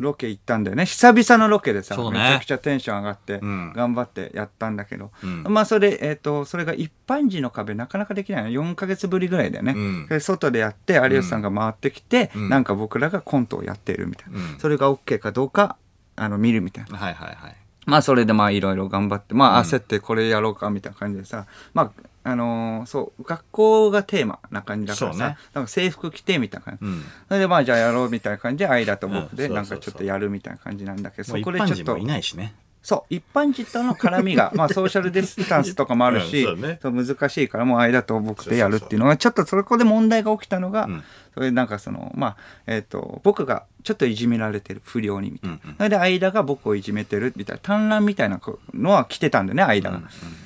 ロケ行ったんだよね久々のロケでさ
そう
め
ね
ちゃくちゃテンション上がって
ん
頑張ってやったんだけど
ん
まあそれえっとそれが一般人の壁なかなかできないの4ヶ月ぶりぐらいだよね
うん
で外でやって有吉さんが回ってきて、なんか僕らがコントをやっているみたいな、
うん
それが OK かどうかあの見るみたいな
はいはいはい。
まあそれでまあいろいろ頑張ってまあ焦ってこれやろうかみたいな感じでさ、まああのーそう学校がテーマな感じだから
そう
さ、
ね
なんか制服着てみたいな感じ、
うん
それでまあじゃあやろうみたいな感じで愛だと僕で
うん
なん
そ
か
うそうそ
ち
う
ょっとやるみたいな感じなんだけど、
もう
そ
一
こで
般
ちょっ
人
と
もいないしね。
そう一般人との絡み がまあソーシャルディスタンスとかもあるし、
うんそうね
そう難しいからもう間と僕でやるっていうのがちょっとそこで問題が起きたのが、
ん
それでなんかそのまあえっ、と僕がちょっといじめられてる不良にみたいな、
うんうん
それで間が僕をいじめてるみたいな単乱みたいなのは来てたんでね間が、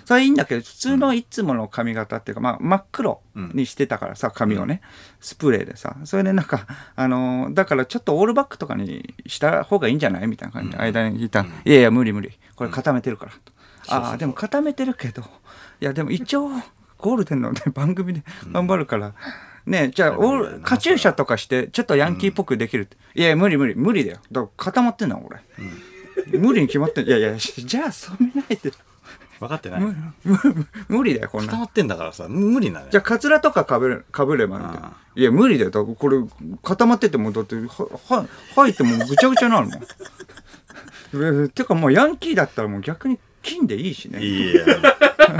それはいいんだけど普通のいつもの髪型っていうか、まあ、真っ黒にしてたからさ髪をね、スプレーでさそれでなんか あのーだからちょっとオールバックとかにした方がいいんじゃないみたいな感じで間にいた、いやいや無理無理これ固めてるからと、ああでも固めてるけどいやでも一応ゴールデンの、ね、番組で頑張るから、ねじゃあオールカチューシャとかしてちょっとヤンキーっぽくできるって、いやいや無理無理無理だよだから固まってんな俺、無理に決まってんいやいやじゃあ染めないで
分かってない。固
無理だよ、こんなん。
まってんだからさ、無理なのよ
じゃあ、カツラとかかぶれ、かぶればいいんだよ。いや、無理だよ。だからこれ、固まってても、だって、は、は、入ってもぐちゃぐちゃなるもんえ ー。てか、もうヤンキーだったらもう逆に金でいいしね。い
いや、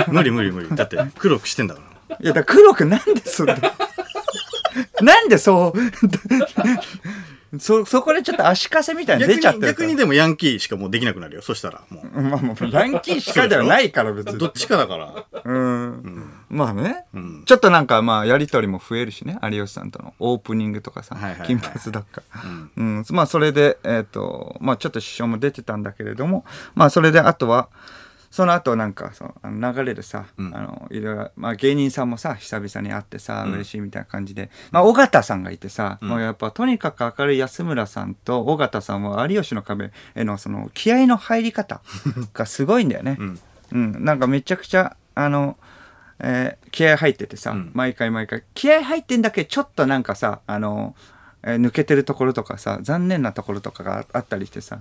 無理無理無理。だって、黒くしてんだから。
や、だから黒くなんですん だなんでそう、 そ、そこでちょっと足かせみたいなの
逆
出ちゃって
に、
るから
逆にでもヤンキーしかもうできなくなるよ。そしたら、もう。
まあまあ、ヤンキーしかではないから、別に。
どっちかだから。
うんまあね、
ん
ちょっとなんかまあやりとりも増えるしね有吉さんとのオープニングとかさ、
はいはいはい
金髪だっか、うんまあそれでえっ、とまあちょっと支障も出てたんだけれどもまあそれであとはその後なんかそのあの流れでさ、あのいろいろ、まあ、芸人さんもさ久々に会ってさ嬉しいみたいな感じで、まあ、尾形さんがいてさ、もうやっぱとにかく明るい安村さんと尾形さんは有吉の壁へのその気合の入り方がすごいんだよね。
ん
うん、なんかめちゃくちゃあの、えー気合入っててさ、毎回毎回気合入ってんだけどちょっとなんかさあの、えー抜けてるところとかさ残念なところとかがあったりしてさ、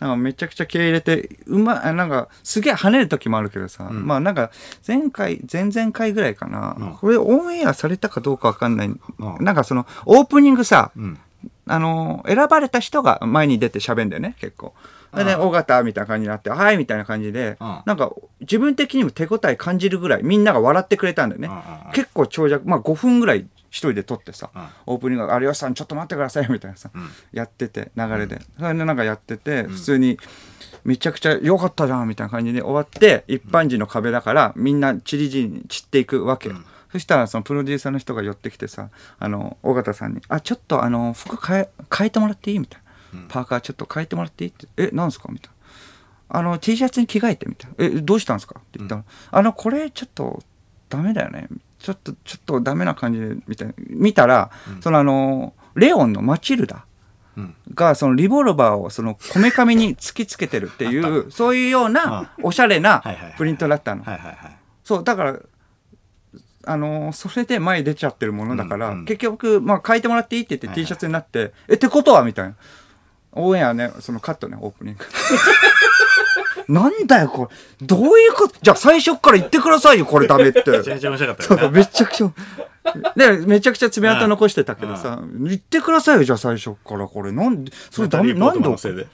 なんかめちゃくちゃ気合入れてうまあなんかすげえ跳ねる時もあるけどさ、まあなんか前回前々回ぐらいかな、これオンエアされたかどうかわかんない、
ん
なんかそのオープニングさ、
ん
あの選ばれた人が前に出て喋んだよね結構。でね、尾形みたいな感じになって、はいみたいな感じで、
うん
なんか自分的にも手応え感じるぐらいみんなが笑ってくれたんだよね、
うんうんうん
結構長尺まあ5分ぐらい一人で撮ってさ、
うん
オープニングが「有吉さんちょっと待ってください」みたいなさ、やってて流れで、それでなんかやってて普通にめちゃくちゃ良かったじゃんみたいな感じで終わって一般人の壁だからみんな散り散りに散っていくわけよ、そしたらそのプロデューサーの人が寄ってきてさあの尾形さんに「あちょっとあの服変え変えてもらっていい?」みたいな「パーカーちょっと変えてもらっていい?」って「えなんですか?」みたいな。あの T シャツに着替えてみたいな「えどうしたんですか?」って言ったら「あのこれちょっとダメだよねちょっとちょっとダメな感じで」みたいな見たら、そのあのレオンのマチルダ
うん
がそのリボルバーをそのこめかみに突きつけてるっていうそういうようなおしゃれな
はいはいはい
プリントだったの。
はいはいはい。
そうだからあのーそれで前に出ちゃってるものだから、
うんうん
結局、まあ、変えてもらっていいって言っ
は
て
いはい
T シャツになって、えってことはみたいなオンエアねそのカットねオープニング なんだよこれどういうことじゃあ最初っから言ってくださいよこれダメって
めちゃめちゃ面白かった
そう
よ
だ
ね。
めちゃくちゃでめちゃくちゃ爪痕残してたけどさ言ってくださいよじゃあ最初っからこれなんでそれダメ
リポ
な
ート
んで
マンのせいで。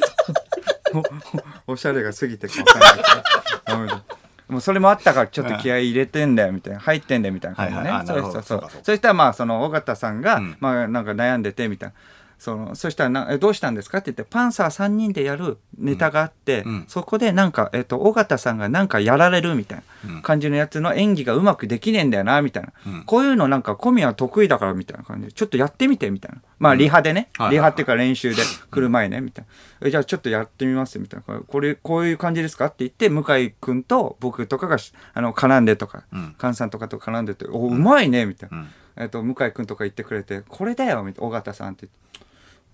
おしゃれが過ぎてかわかんないけど ダメだもうそれもあったからちょっと気合い入れてんだよみたいな入ってんだよみたいな感じで
はい
ね、
はいあなるほ
そ
ど
うそ
そう
うそう
かそうか
そしたらまあその尾形さんが、
ん
まあなんか悩んでてみたいなそのそしたらなえ「どうしたんですか?」って言ってパンサー3人でやるネタがあって、
うん
そこでなんか、えっと尾形さんがなんかやられるみたいな感じのやつの演技がうまくできねえんだよなみたいな、
ん
こういうのなんか小宮得意だからみたいな感じでちょっとやってみてみたいなまあリハでね、
はいはいはい
リハっていうか練習で来る前ねみたいなえじゃあちょっとやってみますみたいなこれこういう感じですかって言って向井君と僕とかがしあの絡んでとか
ん
菅、さんとかと絡んでて「おうまいね」みたいな、
うん
えっと向井君とか言ってくれて「これだよ」みたいな尾形さんって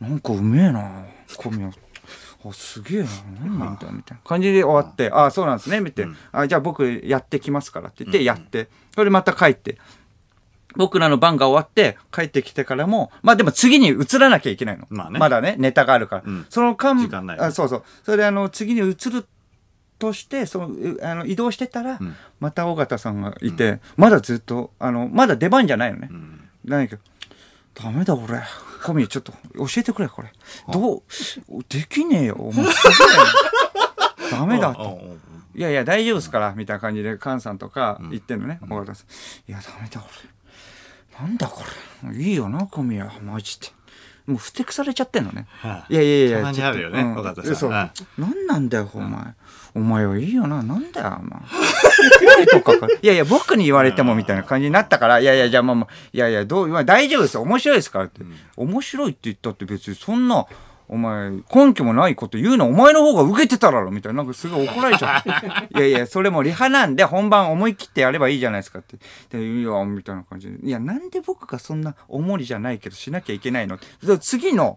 なんかうめえな小宮あすげえな何なんだみたいな感じで終わって「あそうなんですね」みたいな、あ「じゃあ僕やってきますから」って言ってやって、それまた帰って僕らの番が終わって帰ってきてからもまあでも次に移らなきゃいけないの、
まあね
まだねネタがあるから、
ん
その間
時間ないよね
あそうそうそれであの次に移るとしてそのうあの移動してたら、また尾形さんがいて、まだずっとあのまだ出番じゃないのね、なんかダメだ俺小宮ちょっと教えてくれこれどうできねえよも うすごいダメだって
うんうんうん
いやいや大丈夫ですから、みたいな感じで菅さんとか言ってんのね尾形、さんいやダメだ俺なんだこれいいよな小宮マジでもうふてくされちゃってんのね、、
はい
やいやいや
たまにあるよね
ちょっと
尾形さん
うんそう
は
何なんだよお前、お前はいいよななんだよお前 声とかかいやいや僕に言われてもみたいな感じになったからいやいやじゃあまあまあいやいやどうまあ大丈夫ですよ面白いですからって、面白いって言ったって別にそんなお前根拠もないこと言うのお前の方が受けてただろみたいななんかすごい怒られちゃういやいやそれもリハなんで本番思い切ってやればいいじゃないですかってでいやみたいな感じでいやなんで僕がそんな重りじゃないけどしなきゃいけないのってで次の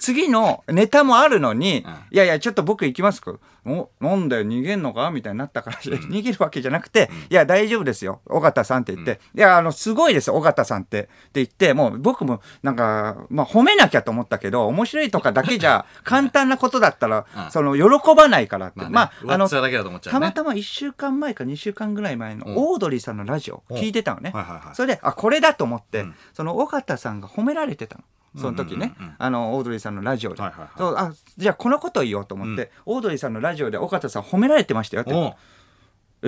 次のネタもあるのに、
うん
いやいや、ちょっと僕行きますか。お、なんだよ、逃げんのかみたいになったから、逃げるわけじゃなくて、いや、大丈夫ですよ。尾形さんって言って、いや、あの、すごいです、尾形さんって。って言って、もう僕も、なんか、まあ、褒めなきゃと思ったけど、面白いとかだけじゃ、 簡単なことだったら
う、ん
その、喜ばないからって。
まあ、ね、
まあ、あの、
上っ面だけだと思っちゃう
た
ね。
またま1週間前か2週間ぐらい前の
うん
オードリーさんのラジオ
うん
聞いてたのね、
はいはいはい
それであこれだと思って、
うん
その尾形さんが褒められてたのその時ね、
うんうんうんうん
あのオードリーさんのラジオで、
はいはいはい
そうあじゃあこのこと言おうと思って、オードリーさんのラジオで尾形さん褒められてましたよって
おう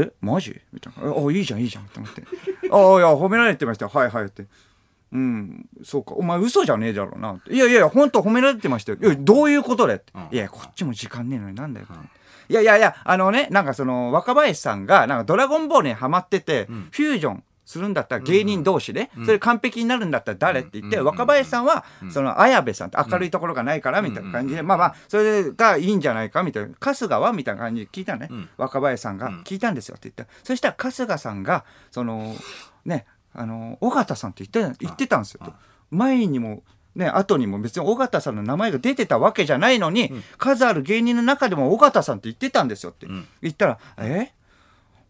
えマジみたいな「あいいじゃんいいじゃん」と思って「ああいや褒められてましたよはいはい」って「うんそうかお前嘘じゃねえだろうな」いやいやいや本当褒められてましたよ」いやどういうことで?」って
うん
いやこっちも時間ねえのになんだよ」
ん
いやいやいやあのねなんかその若林さんがなんかドラゴンボールにハマってて、
ん
フュージョンするんだったら芸人同士で、それ完璧になるんだったら誰って言って、
うん
若林さんは、その綾部さんって明るいところがないからみたいな感じで、まあまあそれがいいんじゃないかみたいな春日はみたいな感じで聞いたのね、
うん
若林さんが
うん
聞いたんですよって言った、そしたら春日さんがそのねあの尾形さんって言って言ってたんですよと前にもね後にも別に尾形さんの名前が出てたわけじゃないのに、数ある芸人の中でも尾形さんって言ってたんですよって、
ん
言ったら「え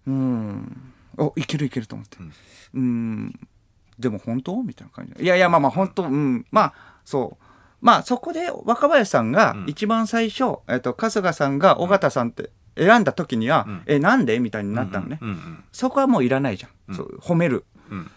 うんおいけるいける」と思って「うんでも本当?」みたいな感じでいやいやまあまあ本当うんまあそうまあそこで若林さんが
ん
一番最初、えっと春日さんが尾形さんって選んだ時には「
ん
えなんで?」みたいになったのね、
うんうん
そこはもういらないじゃん、そう褒める
うん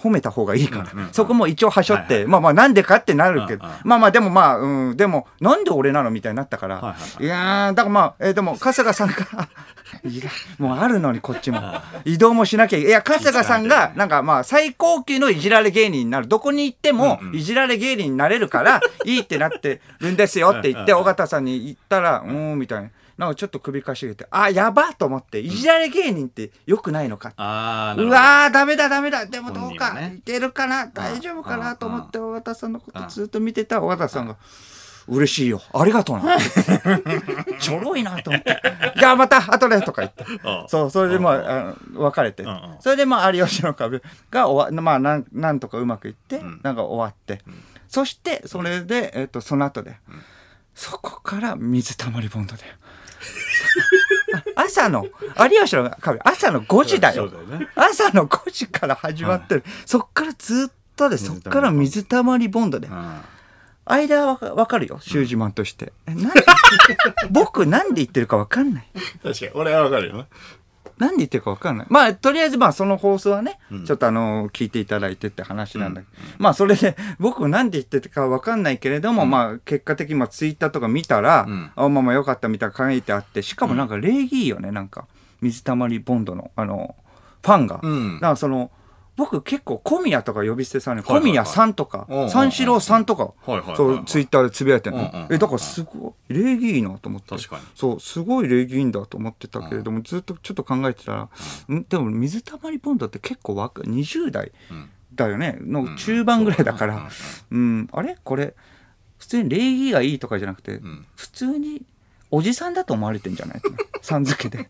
褒めた方がいいから、
うんうん
そこも一応はしょって、
はい
まあまあなんでかってなるけど、
うんうん
まあまあでもまあ、うん、でもなんで俺なのみたいになったから、
はいはいいはい
やーだからまあ、えーでも春日さんが いやもうあるのにこっちも移動もしなきゃいいや春日さんがなんかまあ最高級のいじられ芸人になるどこに行っても
うんうん
いじられ芸人になれる からいいってなってるんですよって言って
うんう
尾
ん
形さんに言ったらうーんみたいな。なんかちょっと首かしげて、あ、やばと思って、いじられ芸人って良くないのかって
ああ、なる
う
ほど。
わー、ダメだ、ダメだ。でもどう
本人は
か、
ね
いけるかな、大丈夫か
あ
な
あ
と思って、尾形さんのことずっと見てた尾形さんが、嬉しいよ。ありがとう な。ちょろいなと思って。じゃあまた、後でとか言って。
ああ
そう、それでま
うん
あ、あの別れて
うんうん。
それでまあ、有吉の壁が終わ、まあ、なん、なんとかうまくいって
ん、
なんか終わって。そして、それで、えっと、その後で。そこから水溜りボンドだよ。朝の、有吉の壁、朝の5時だよ。
そうだよね。
朝の5時から始まってる、そっからずっとでそっから水たまりボンドで
うん
間はわかるよシュージマンとして、えなんで 僕なんで言ってるかわかんない
確かに、俺はわかるよ。
なんで言ってるかわかんないまあとりあえずまあその放送はね、ちょっとあの聞いていただいてって話なんだけど、まあそれで 僕なんで言ってるかわかんないけれども、まあ結果的にまあツイッターとか見たら、
うん
あまあまあよかったみたいな書いてあってしかもなんか礼儀いいよねなんか水たまりボンドのあのファンが、
うん。
なんかその僕結構小宮とか呼び捨てされる
はいはい
小
はい
宮さんとか
うんうんうん
三四郎さんとか
いはいはいはい
そうツイッターでつぶやいてるの
うんうんうん
えだからすごい礼儀いいなと思って
確かに
そうすごい礼儀いいんだと思ってたけれどもずっとちょっと考えてたらんでも水たまりボンドって結構若い20代
ん
だよねの中盤ぐらいだか
うんうん
らうんあれこれ普通に礼儀がいいとかじゃなくて
ん
普通におじさんだと思われてんじゃないさん 付けで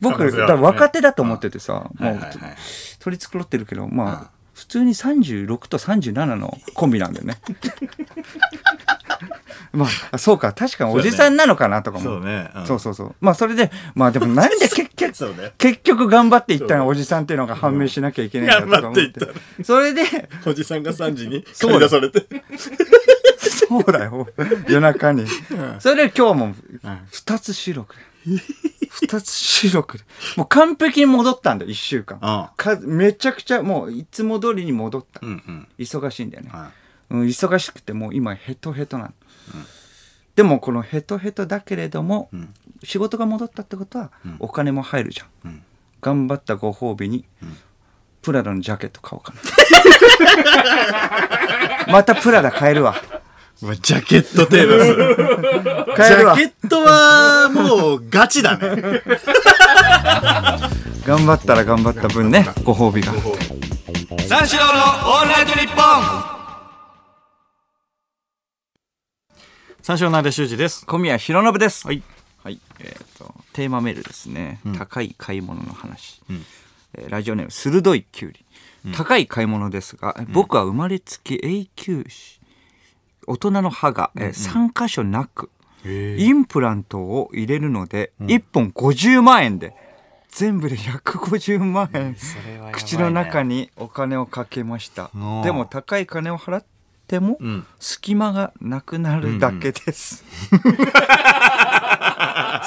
僕
可能性は
だ
ある
から
ね
若手だと思っててさ
は
も
いうはいはい
取り繕ってるけどまあ、
うん
普通に36と37のコンビなんだよね まあそうか確かにおじさんなのかなとかも
そうね。ん
そうそうそうまあそれでまあでもなんで結局
そうね。
結局頑張っていったのおじさんっていうのが判明しなきゃいけないんだとか思っ
頑
て,、
張ってい
それで
おじさんが3時に
そうだ
されて。
そうだよ夜中に、それで今日も2つ収録2つ収録でもう完璧に戻ったんだよ1週間
うん
かめちゃくちゃもういつも通りに戻った
うんうん。
忙しいんだよね、
は
うん、忙しくてもう今ヘトヘトなの、でもこのヘトヘトだけれども、
ん
仕事が戻ったってことはお金も入るじゃん、
うん
頑張ったご褒美に、プラダのジャケット買おうかな またプラダ買えるわ
い。ジャケットテーブル。
買えるわ
ットは、もう、ガチだ ね。
頑張ったら頑張った分ねご褒美が
三四郎のオールナイトニッポン三四郎なでしゅうじです。
小宮浩信です
はい。
はい、えっ、とテーマメールですね、高い買い物の話、
ん
えーラジオネーム鋭いきゅうり、高い買い物ですが、僕は生まれつき永久歯
大人の歯が、えー3箇所なく、インプラントを入れるので、1本50万円で、全部で150万円、口の中にお金をかけました
うん。
でも高い金を払っても、
ん
隙間がなくなるだけです。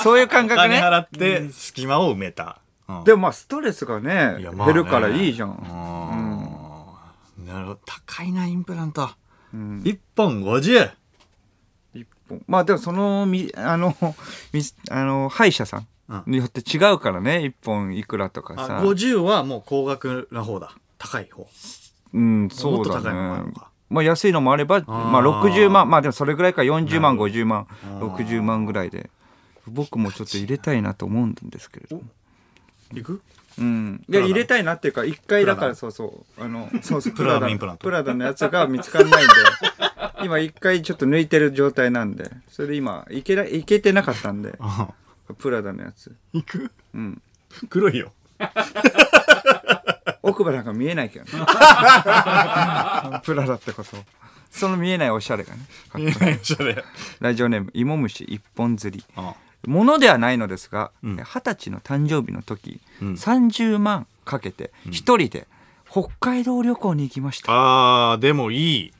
そういう感
お
覚
金
ね。
払って隙間を埋めた。うん
でもまあストレスがね
いや、まあね
減るからいいじゃん。
うんなるほど。高いな、インプラント。1本50。
一本まあでもそのみあのみあの歯医者さ
うん
んによって違うからね一本いくらとか
あ
さ
50はもう高額な方だ。高い方。
うんそうだ
もっと高いのもあるの
ね
か
まあ安いのもあればまあ60万まあでもそれぐらいか40万50万60万ぐらいで僕もちょっと入れたいなと思うんですけれども
いく
うん
いや入れたいなっていうか一回だからそうそうあのそうそう
プラダのインプラント
プラダのやつが見つかんないんで今一回ちょっと抜いてる状態なんでそれで今いけないけてなかったんでプラダのやつ
いく
うん
黒いよ。
奥歯なんか見えない けどねプラダってこと
その見えないおしゃれがねかっこいい
ないそれ。
ラジオネーム芋虫一本釣り
うん
ものではないのですが
ん
二十、歳の誕生日の時、
うん
30万かけて一人で北海道旅行に行きました、
あー、でもいい。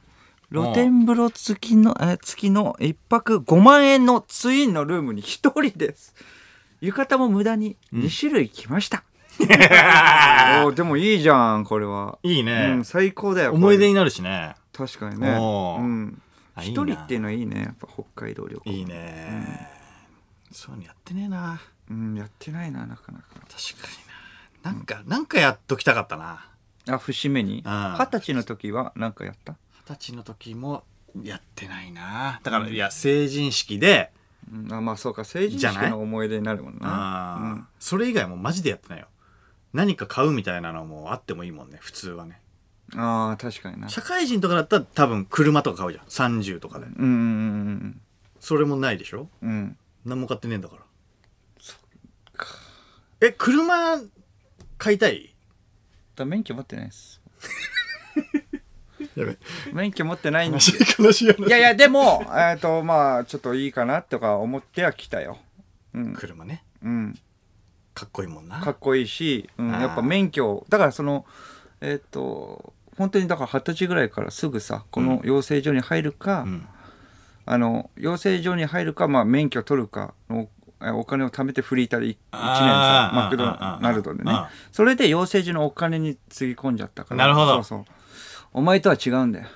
露天風呂付きのえー付きの一泊5万円のツインのルームに一人です浴衣も無駄に2種類来ま した、
おーでもいいじゃんこれは、
いいうね
ん、。最高だよ
思い出
こ
になるしね。
れ確かにね
おー
うん
あいいな
一人っていうのはいいねやっぱ北海道旅行
いいね。そういうのやってねえな。
うんやってないななかなか
確かにな。なんか、なんかやっときたかったな。
あ節目に
あー
二十歳の時は何かやった
二十歳の時もやってないな。だから、いや、成人式で、
うんあまあそうか成人
じゃない
式の思い出になるもんな
あーそれ以外もマジでやってないよ。何か買うみたいなのもあってもいいもんね、普通はね。
ああ確かにな
社会人とかだったら多分車とか買うじゃん。30とかで。
うんうん
それもないでしょ
うんうんうん
何も買ってねえんだから。え、車買いたい
だ免許持ってない です
やべ。
免許持ってないんで
悲しい悲しいよ
いやいやでもえっとまあちょっといいかなとか思ってはきたようん
車ね。
うん
かっこいいもんな。
かっこいいし、うん、
あー
やっぱ免許だからそのえっ、と本当にだから二十歳ぐらいからすぐさこの養成所に入るか、
うん。
あの養成所に入るか、まあ、免許取るかのえお金を貯めてフリーターで1年
あ
さ
ー
マクドナルドでね
あーあー
それで養成所のお金につぎ込んじゃったから
なるほど
そうそうお前とは違うんだ よ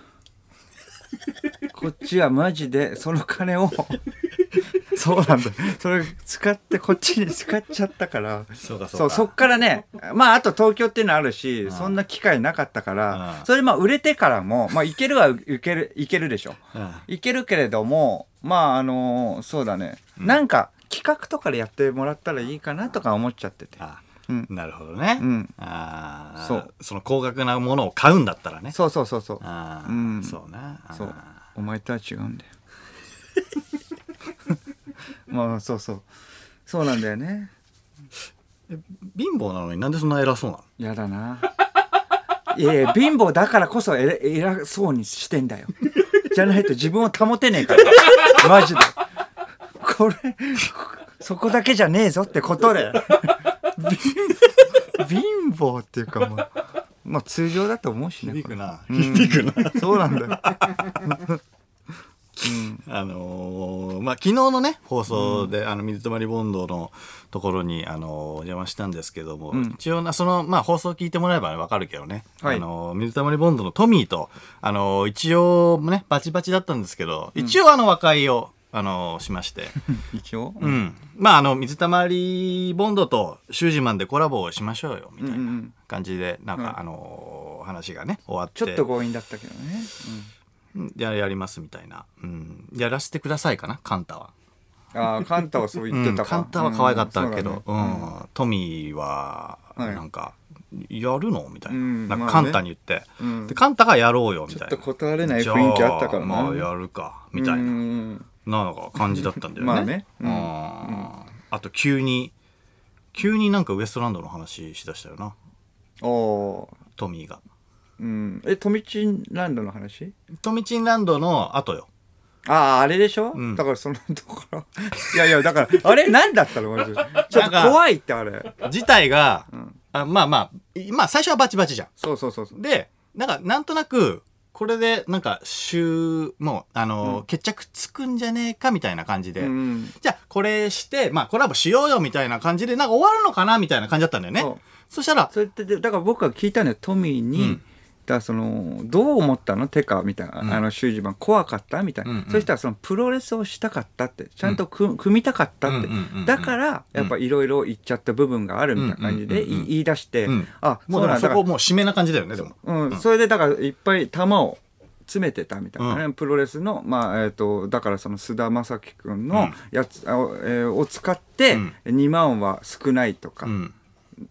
こっちはマジでその金を そうなんだそれ使ってこっちに使っちゃったから
そうかそ
そうう
か。
そっからねまああと東京っていうのあるし、そんな機会なかったから、
うん
それまあ売れてからもまあいけるは受けるいけるでしょ
うん
いけるけれどもまああのそうだね、なんか企画とかでやってもらったらいいかなとか思っちゃってて
あ
うん
なるほどね。
うん
ああ、そ
そうう。
その高額なものを買うんだったらね。
そうそうそうそう
ああ、
うん
そうな。あー
そうお前とは違うんだよ まあそうそうそうなんだよね
貧乏なのになんでそんな偉そうなの
やだないやいや貧乏だからこそ偉偉そうにしてんだよじゃないと自分を保てねえからマジでこれそこだけじゃねえぞってことで貧貧乏っていうかもうまあ通常だと思うし ね
響くな。
うん
響くな。
そうなんだよ
あのーまあ、昨日のね、放送で、あの、水溜りボンドのところに、あのーお邪魔したんですけども、一応な、その、まあ、放送聞いてもらえばねわかるけどね、
はい
あのー水溜りボンドのトミーと、あのー一応ね、バチバチだったんですけど、一応あの、和解を、あのーしまして、
一応
うん。まあ、あの、水溜りボンドとシュージマンでコラボをしましょうよ、みたい
うんう
なん感じで、なんか、あのー話がね、終わって。
ちょっと強引だったけどね、
うんややりますみたいな、うん、やらせてくださいかなカンタは、
うん、ああカンタはそう言
う
って
ん、
たか、
カンタは可愛かったけ
うん
ど、
そううだね
んトミーは
はい
なんか「やるの?」みたいな,、
うん
なん
ま
か
あね
カンタに言って、
うん
でカンタが「やろうよ」みたいな
ちょっと断れない雰囲気あったからな
じゃあまあやるかみたいな、
うん
なのが感じだったんだよね
まあねうん
うんあと急に急になんかウエストランドの話しだしたよな
おー
トミーが
うん、えトミチンランドの話
トミチンランドの後よ。
あああれでしょ、
うん
だからそのところ いやいやだからあれ何だったのマジでちょっと怖いってあれ
自体が、あまあまあ、いまあ最初はバチバチじゃ。
そうそうそうそうん
で、なんか、なんとなく、これで、なんか、週、もう、あの、決着つくんじゃねえか、みたいな感じで。
うん
じゃあ、これして、まあ、コラボしようよ、みたいな感じで、なんか終わるのかな、みたいな感じだったんだよね。
そ
そうしたら、
それってでだから僕は聞いたのよトミーに、
うん
だからそのどう思ったのテカみたいな、
ん
あの修二番怖かったみたいな、
うんうん
そしたらそのプロレスをしたかったってちゃんと組,、組みたかったって、
うんうんうんうん
だからやっぱいろいろ言っちゃった部分があるみたいな感じで、
うんうんうんうん
い言い出して、
うん
あ
もうだか
そうな
ら
んだ
そ
から
こ、もう締めな感じだよね、でも。
うん、それでだからいっぱい球を詰めてたみたいなね、プロレスの、まあえー、とだからその菅田将暉君
う
の
ん
やつ、あをえーを使って、
うん
2万は少ないとか、
うん。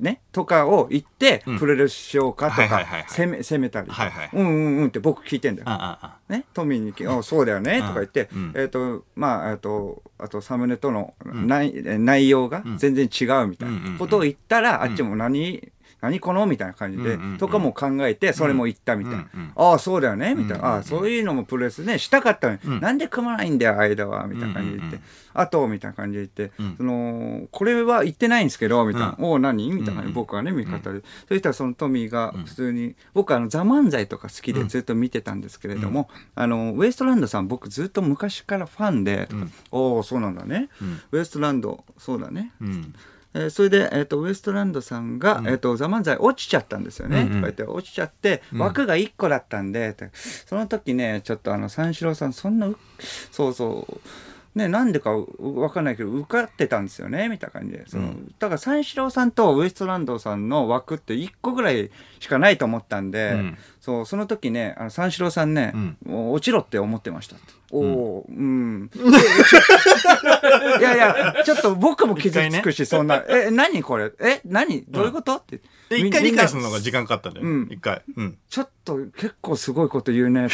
ね、とかを言って、
うん
プロレスしようかと
はいはいはいは
か
い、
攻め、攻めたり、
はいはい
うんうんうんって僕聞いてんだよ
あ。あ、あ
ね、トミーにき、あそうだよね、とか言って、
うん
えっ、と、まあ、えっ、と、あとサムネとの
ん
内,、内容が全然違うみたい
うんうんうん
なことを言ったら、あっちも何、何このみたいな感じで、
うんうんうん
とかも考えて、それも言ったみたいな。
うんうん
ああ、そうだよねみた
う
いな。
んうんうん
ああ、そういうのもプロレスね、したかったのに、
うん
なんで組まないんだよ、間は、みたいな感じで言って。
うんうんうん
あと、みたいな感じで言って、
うん
その、これは言ってないんですけど、みたいな。
う
おお、何みたいな、
うんうん
僕はね、味方で。そしたらそのトミーが普通に、僕はあの、ザ・漫才とか好きでずっと見てたんですけれども、あの、ウエストランドさん僕ずっと昔からファンで、
ん
おお、そうなんだね、
ん
ウエストランド、そうだね。
あ。うん。
えーそれで、えー、とウエストランドさんが「えー、とザ漫才落ちちゃったんですよね」
うんうん
とか言って落ちちゃって枠が1個だったんで、ってその時ねちょっとあの三四郎さんそんなうそうそうねなんでかうわかんないけど受かってたんですよねみたいな感じでその、
うん
だから三四郎さんとウエストランドさんの枠って1個ぐらいしかないと思ったんで、
うん
そうその時ねあの三四郎さんね、
うん
もう落ちろって思ってましたって。おおーうん、いやいや、ちょっと僕も傷つくし、そんな、え、何これえ、何どういうこと、って。
で、
み
一回理解するの
みん
が
な
時間かかったんだよ
う
ね
ん。
一回。うん。
ちょっと結構すごいこと言 うね。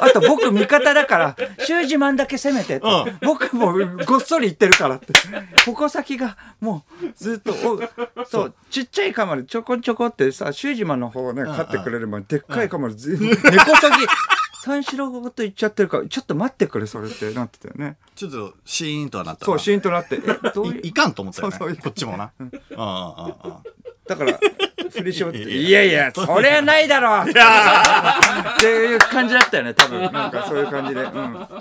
あと僕味方だから、修士マンだけ攻めてって、
うん
僕もごっそり言ってるからって。矛先がもうずっと、おそう、ちっちゃい釜でちょこちょこってさ、修士マンの方ね、
ん
勝ってくれれば、でっかい釜でず、猫先、三四郎ごと言っちゃってるから、ちょっと待ってくれ、それってなってたよね。
ちょっと、シーンとはなったな。
そう、シーンとなって、え、どういう
いい。かんと思ったよね。
そうそう
こっちもな。あああああ
だから、振り絞って、
いや
いやいや、そりゃないだろうっていう感じだったよね、多分。なんかそういう感じで。うん。ま
あ。ト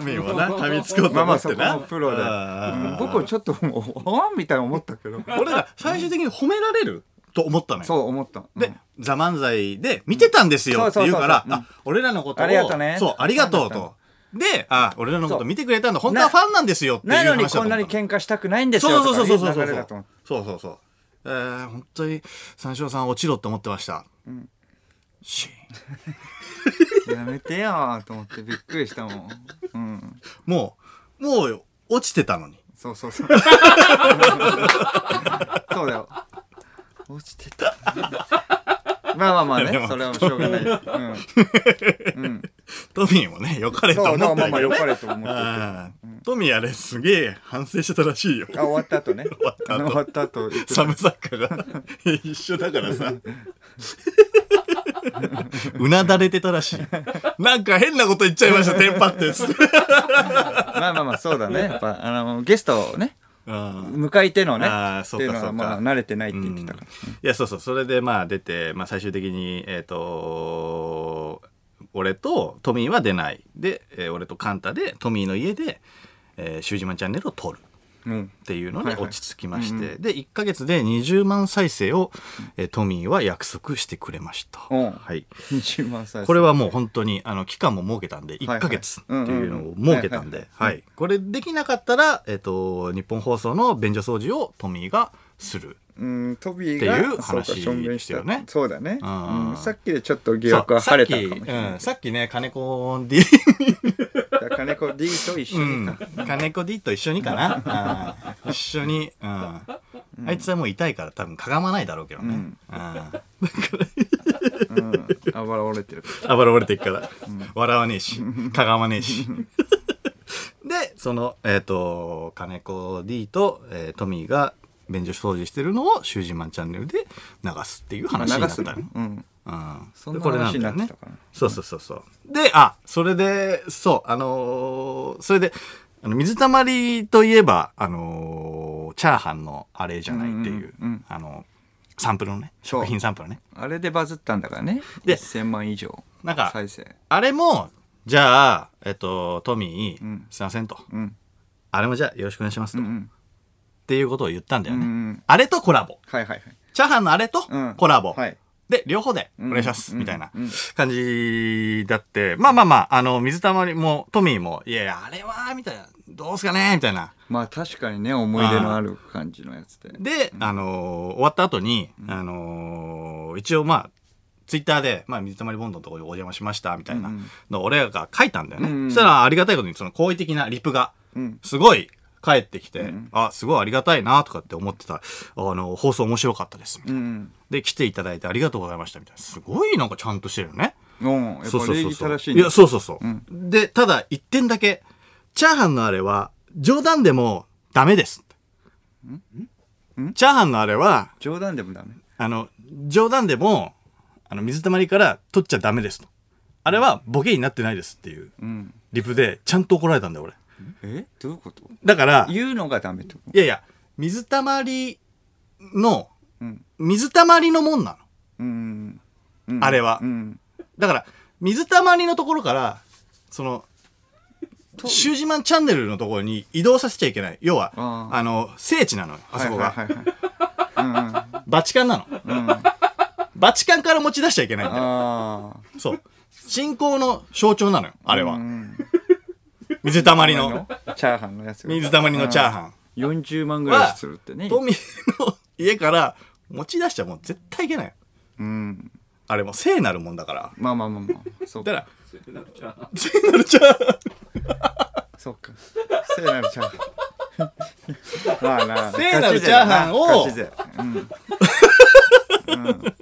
ミーはな、噛みつこうと
あ
思
まあ、
っ
そ
て
こ
な。
もプロで。うん僕はちょっともう、おんみたいに思ったけど。
俺ら、最終的に褒められると思ったのよ。
そう思った。
で、ザ・漫才で見てたんですよって言うから、
うんそうそうそうそううん
あ、俺らのことを、
ありがとうね
そう、ありがとうと。で、あ、俺らのこと見てくれたんだ、本当はファンなんですよって
うん
いう話だと
なの
思
に
った
こんなに喧嘩したくないんですよ。
そうそうそうそうそ
と
う
かい流
そ
れだ
う
と思って。
そうそうそうえー、本当に三四郎さん落ちろって思ってました、シーン
やめてよーと思ってびっくりしたもん。うん。
もうもう落ちてたのに
そうそうそう。そうだよ。落ちて た。まあまあまあ
でも
ね、それはしょうがない。うん。
トミーもね良かれと
そ
思っ
う、ま
た
あまあ
けど
まあ、よ
ね
かれと思って。あ、
あートミーあれすげえ反省してたらしいよ
終わった後ね。終
わった後
わった後言ってた
サム作家が一緒だからさ うなだれてたらしいなんか変なこと言っちゃいましたテンパってっつって
まあまあまあ、そうだね。やっぱ、あの、ゲストをね、
うん
迎えてのね、
あー
って
そうか
いうの
そう
は、
か
まあ、慣れてないって言ってたか
い
ら。
やそうそうそれでまあ出て、まあ、最終的にえっ、と俺とトミーは出ないで、えー俺とカンタでトミーの家で「えー、シュージマンチャンネル」を撮る
うん。
っていうので
はいはい
落ち着きまして、で1ヶ月で20万再生を、えートミーは約束してくれました、
うん
はい、
20万歳。
これはもう本当にあの期間も設けたんで
いはい
1ヶ月っていうのを設けたん
うん
ではいこれできなかったら、えっと日本放送の便所掃除をトミーがする。
うん、トビー
っ
が、
ていう話
そうかしょんべん
ですよね
そうだね。
うん
うんさっきでちょっと疑
そう
惑は晴れたか
さっ
もし
き
れない。
うん、さっきね金子 D に、
だから金子 D と一緒にか。
金子 D と一緒にか な、うん一緒に、うん、あいつはもう痛いから多分かがまないだろうけどね、うん
あばら折れてるか
暴れていくから、笑わねえしかがまねえしでそのえっ、と金子 D と、えートミーが便所掃除してるのを「囚人マンチャンネル」で流すっていう
ら。
話になったの、
うん。
うん。
そんな話になっ
これ
て
んだ
た
よ
かな
そうそうそうそう。で、あ、それで、そう、あのーそれで、あの水たまりといえば、あのーチャーハンのあれじゃないっていう、
うんうんうん
あのサンプルのね、
そう
食品サンプルね。
あれでバズったんだからね
で
1000万以上
なんか、
再生
あれも、じゃあ、えっと、トミー、
ん
すいませんと。
うん
あれもじゃあ、よろしくお願いします
う
と。
んうん
っていうことを言ったんだよね。
うんうん
あれとコラボ。
はいはいはい
チャーハンのあれと
うん
コラボ。
はい
で、両方でお願いします、
うん
みたいな
うん
感じだって、まあまあまあ、あの、水たまりも、トミーも、いやいや、あれは、みたいな、どうすかねみたいな。
まあ確かにね思い出のある感じのやつで
で、あのー終わった後に、あのー一応まあ、ツイッターで、まあ、水たまりボンドのところにお邪魔しました、みたいなのを俺らが書いたんだよね。
うんうん
そしたら、ありがたいことに、その好意的なリプが、
うん
すごい返ってきて、あ、すごいありがたいな、とかって思ってた、あの、放送面白かったです、みたいな
うん
で、来ていただいてありがとうございました、みたいな。すごいなんかちゃんとしてるよね。
うんやっ
そう
ぱ
そう
礼
そう
儀
そう。
正しい
い
ね
や、そうそうそう。で、ただ一点だけ、チャーハンのあれは、冗談でもダメです。チャーハンのあれは、
冗談でもダメ
あの、冗談でも、あの、水たまりから取っちゃダメですと。あれはボケになってないですっていう、
うん
リプで、ちゃんと怒られたんだよ、俺。
えどういうこと
だから、い
言うのがダメってこと
やいや、水たまりの、
うん
水たまりのもんなの。
うん
あれは
うん
だから、水たまりのところから、その、シュージマンチャンネルのところに移動させちゃいけない。要は、
あ
あ
ー
の、聖地なのよ、あそこが。
はいはいはいはい
バチカンなの。
うんうんうんあ
バチカンから持ち出しちゃいけないんだよ。
あ
そう。信仰の象徴なのよ、 あれ
う
は。
ん
水たまり
あの
の、
チャーハンのやつ
水たまりのチャーハ
40万
ン
ぐら
は、
いするってね
トミーの家から持ち出しちゃもう絶対いけない。
うん
あれもう聖なるもんだから。
まあまあまあまあそう
だか、
から
聖なるチャ ーハン。
そうか聖なるチャーハンまあな
聖なるチャーハンを
ガチ勢だなガチ勢うんうん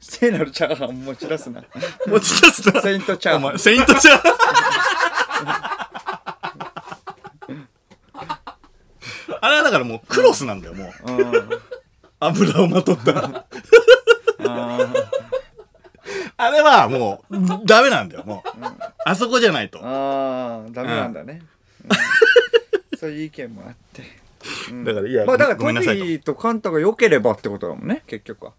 聖なるチャーハンを持ち出すな
持ち出すな。
セイントチャー
お
ハン
前、セイントチャーハン。あれはだからもうクロスなんだよ、もう。油をまとった。あれはもう、ダメなんだよ、もう。あそこじゃないと。
ああダメなんだね、うんそういう意見もあって
だから、いや、
まあだから
ごめ
トミ
んなさいと。
ーとカンタが良ければってことだもんね結局は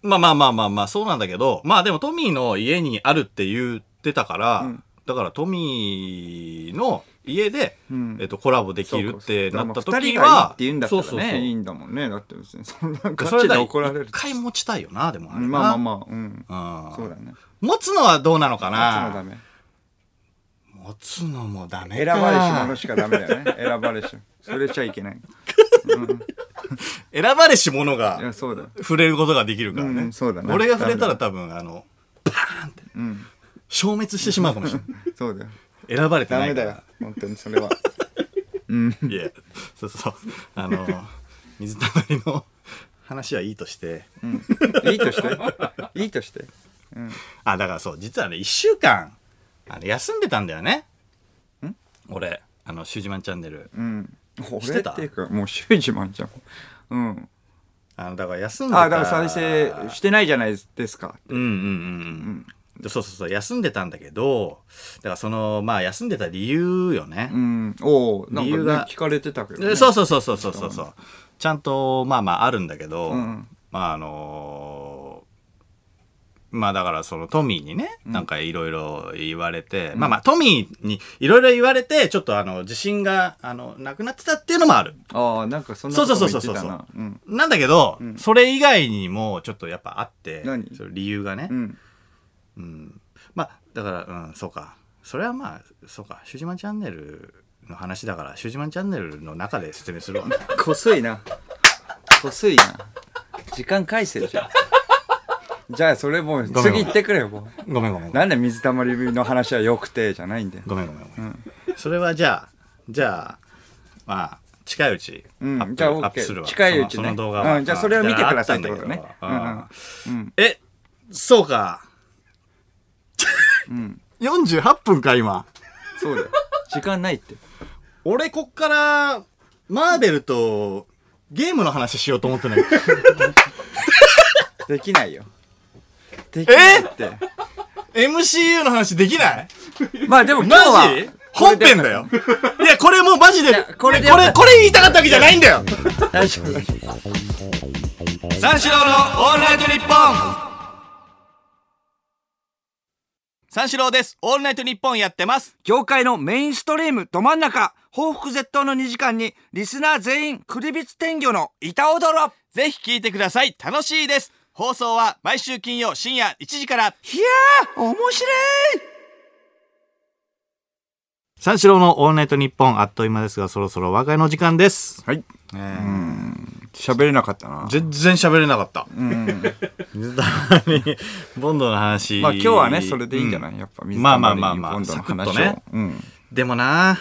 まあまあまあまあまあ、そうなんだけど、まあでもトミーの家にあるって言ってたから、だからトミーの家で、
ん
えっと、コラボできるってなった時は、
二人がいいって言うんだったらね
そうそうそう
いいんだもんねだって別にそんなガ
それ
チで
だ
怒られる
一回持ちたいよな、でもあれな。
まあまあまあうん
うん
そうだね
持つのはどうなのか
あっちもダ
な
メ
持つのもダメ
選
か。
ばれし者しかダメだよね選ばれしそれちゃいけない
選ばれし者
いや
が
そうだよ
触れることができるからね。
うんそうだね
俺が触れたら多分、あの、
うん
消滅してしまうかもしれな
そうだよ
い。選ばれて
ダ
な
メ
い
だ
から。
よ本当にそれは
いや、そうそう。あの、水たまりの話はいいとして、
いいとしていいとして
あ、だからそう、実はね、一週間、あの、休んでたんだよね。俺、あの、シュージマンチャンネル。
うん
し
俺
て
ったていうかもうシュージマンじゃんうん
あの、だから休んでた。
あだから再生してないじゃないですか
うんうんうんうん。でそうそうそう、休んでたんだけど、だからその、まあ休んでた理由よね
う。んおおなん
理
か
由
ね
が
聞かれてたけど
で
ね
そうそうそうそうそうそうそう。ちゃんと、まあまああるんだけど、
ん
まああのーまあだからそのトミーにね、なんかいろいろ言われて、まあまあトミーにいろいろ言われて、ちょっとあの、自信が、あの、なくなってたっていうのもある。
ああなんかそんなことも言ってた
そうそうそう
な
そう
うん
なんだけど、それ以外にもちょっとやっぱあって、
何
その理由がね、
うん
うんまあだからうんそうかそれはまあそうか「シュージマンチャンネル」の話だから「シュージマンチャンネル」の中で説明するわ
こすいなこすいな時間返せじゃん じゃあそれもう
ごめん
次行ってくれよも
ごめんごめん
う なんで水たまりの話は良くてじゃないんだよ
ごめんごめんごめん、それはじゃあじゃあまあ近いうちア
うん
ップ,、
じゃあ OK
するわ
近いうち
そ
ね
のその動画は、
うんじゃあそれを見てください
あったんだけど
ってことね
うんえそうか、48分か今
そうだよ時間ないって
俺こっからマーベルとゲームの話しようと思ってない
できないよできないって。
MCU の話できない
まあでも今
マ
日は
ジ本編だよ。いや、これもうマジで、
や
こ
こ
れ、
れで
これ、これ言いたかったわけじゃないんだよ
大丈夫
三四郎のオールナイトニッポン三四郎です。オールナイトニッポンやってます。
業界のメインストリームど真ん中報復絶倒の2時間にリスナー全員クリビツ天魚の板踊ろ
ぜひ聞いてください。楽しいです。放送は毎週金曜深夜1時から。
いやー面白い
三四郎のオールナイトニッポンあっという間ですが、そろそろ和解の時間です。
はい。喋れなかったな。
全然喋れなかった。 水谷にボンドの話。
まあ今日はね、それでいいんじゃない、
う
やっぱ
まあまあまあまあ
水溜りボンドの
サクッと
話を
ね
うん。
でもな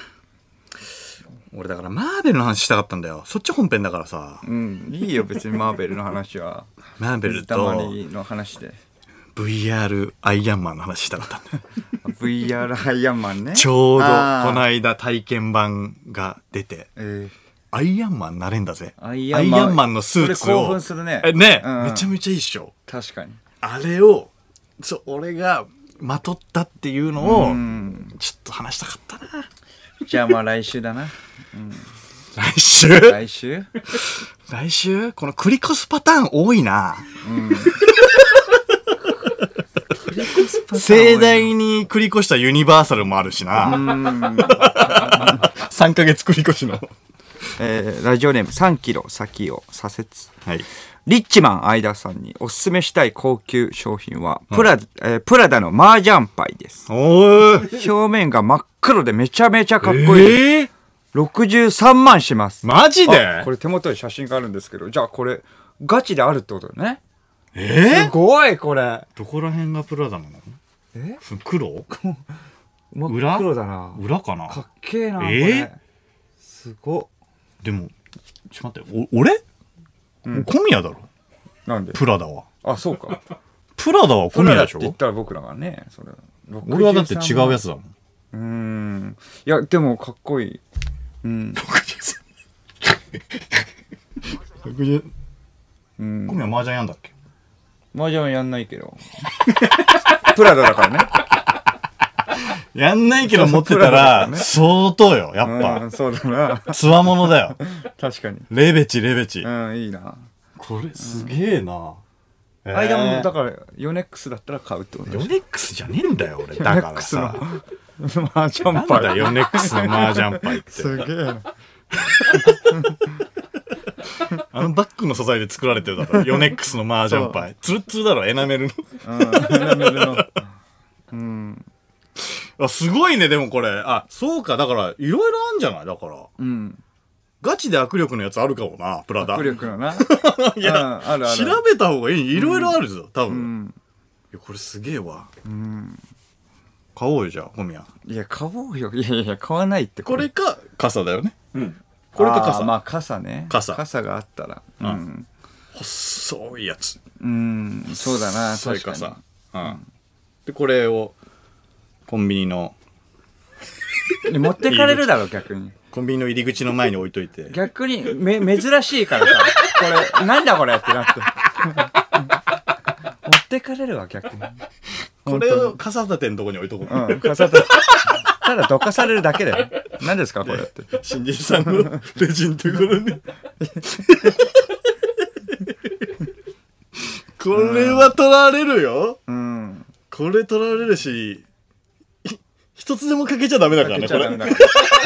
俺だからマーベルの話したかったんだよ。そっち本編だからさ。
うん。いいよ、別にマーベルの話は。
マーベル
水
と
溜りの話で。
VR アイアンマンの話したかった んだよ。
VR アイアンマンね。
ちょうどこ
あー
の間体験版が出て、
え
アイアンマンなれんだぜ。
アイアンマン
のスーツを。
それ興奮するね
えね、
うん
めちゃめちゃいいっしょ。
ー確かに。
あれを、そう、俺がまとったっていうのを、ちょっと話したかったな。
じゃあまあ来週 だな。
来週
来週
来週この繰り越すパターン多いな。盛大に繰り越したユニバーサルもあるしな。3ヶ月繰り越しの。
えーラジオネーム3キロ先を左折。
はい。
リッチマン相田さんにおすすめしたい高級商品は、プラ,、えープラダの麻雀牌です。
おー
表面が真っ黒でめちゃめちゃかっ
え
こいいです。
ー
63万します。
マジ
あ
で
これ手元に写真があるんですけど、じゃあこれ、ガチであるってことだね。
え
すごいこれ。
どこら辺がプラダなの
え
ふ黒
真
裏
っ黒だな。
裏かな
かっけえな、こ
え
れ。すご
でも、ちょっと待って、お俺、小宮だろ
っ。なんで
プラダは。
あ、そ うか。
プラダは小
プラ
宮
ダっ
で
て
し
言っ
ょ
たら僕らがね、それ。
俺はだって違うや
つ。
つだもん。
うーん。いや、でもかっこいい。うん。
60
うん
小宮麻雀やんだっけ
麻雀はやんないけ ど。プラダだからね。
やんないけど持ってたら、相当よ、や
う
っ
ん、そうだな。
ぱ。つわものだよ。
確かに。
レベチ、レベチ
う。ん、いいな。
これ、すげえな。
間
えー
も、だから、ヨネックスだったら買うってこと
ヨ
でしょ
ネックスじゃねえんだよ、俺。だからさ。
麻雀
なん
パイ。
だヨネックスの麻雀パイって。
すげえな。
あのバッグの素材で作られてるだろ。ヨネックスの麻雀パイ。ツルッツルだろ、エナメルの。
うん、エナメルの。うん。
あ、すごいね、でもこれ。あ、そうか、だから、いろいろあんじゃないだから。
うん。
ガチで握力のやつあるかもな、プラダ。
握力のな。
い
うん
や、
あるある。
調べた方がいい。いろいろあるぞ、多
う
分。
ん。
いや、これすげえわ。買おうよ、じゃあ、小宮。
いや、買おうよ。いやいや、買わないって。
これ、か、傘だよね。こ
こ
れ
れ
と
と
傘
傘。まあ、傘ね。
傘
傘があったら。うん。
細いやつ。
うん、そうだな。
細い
確かに
傘。。うん。で、これを、コンビニの、
で持ってかれるだろ、逆に。
コンビニの入り口の前に置いといて。
逆に、め、珍しいからさ、これ、なんだこれってなって。 持ってかれるわ、逆に。
これを傘立てのとこに置いとこう。
うん、傘と。ただ、どかされるだけだよ。何ですか、これって。
新人さんの レジのところ に。これは取られるよ。
うん。
これ取られるし、ひ一つでもかけちゃダメだからね、これ。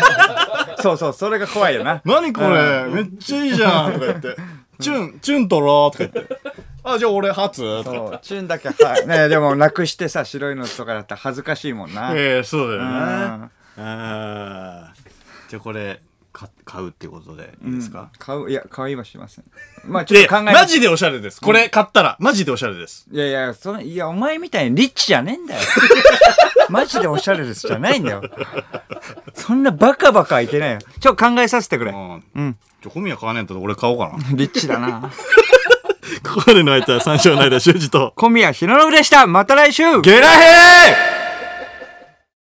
そうそう、それが怖いよな。
何これ、めっちゃいいじゃんとか言って。チュン、チュン取ろうとか言って。あ、じゃあ俺初とか言っ
そ
て。
う、チュンだけ、はい。ねでも、なくしてさ、白いのとかだったら恥ずかしいもんな。うん。
ええそうだよね。
買
あーじゃあこれ、か買うってことでいいですか、
う、いや、買いはしま せん。まあ、ちょっ
で、
と考えま
マ
す。
ジでおしゃれです。これ買ったら、マジでおしゃれです。
いやいや、その、いや、お前みたいにリッチじゃねえんだよ。 マジでおしゃれですじゃないんだよ。そんなバカバカいけないよ。ちょ、考えさせてくれ。
うん。じゃあ小宮買わねえんだったら俺買おうか な。
リッチだな。
ここまでの相手は三章の間修二と。
小宮弘信でした。また来週
ゲラヘー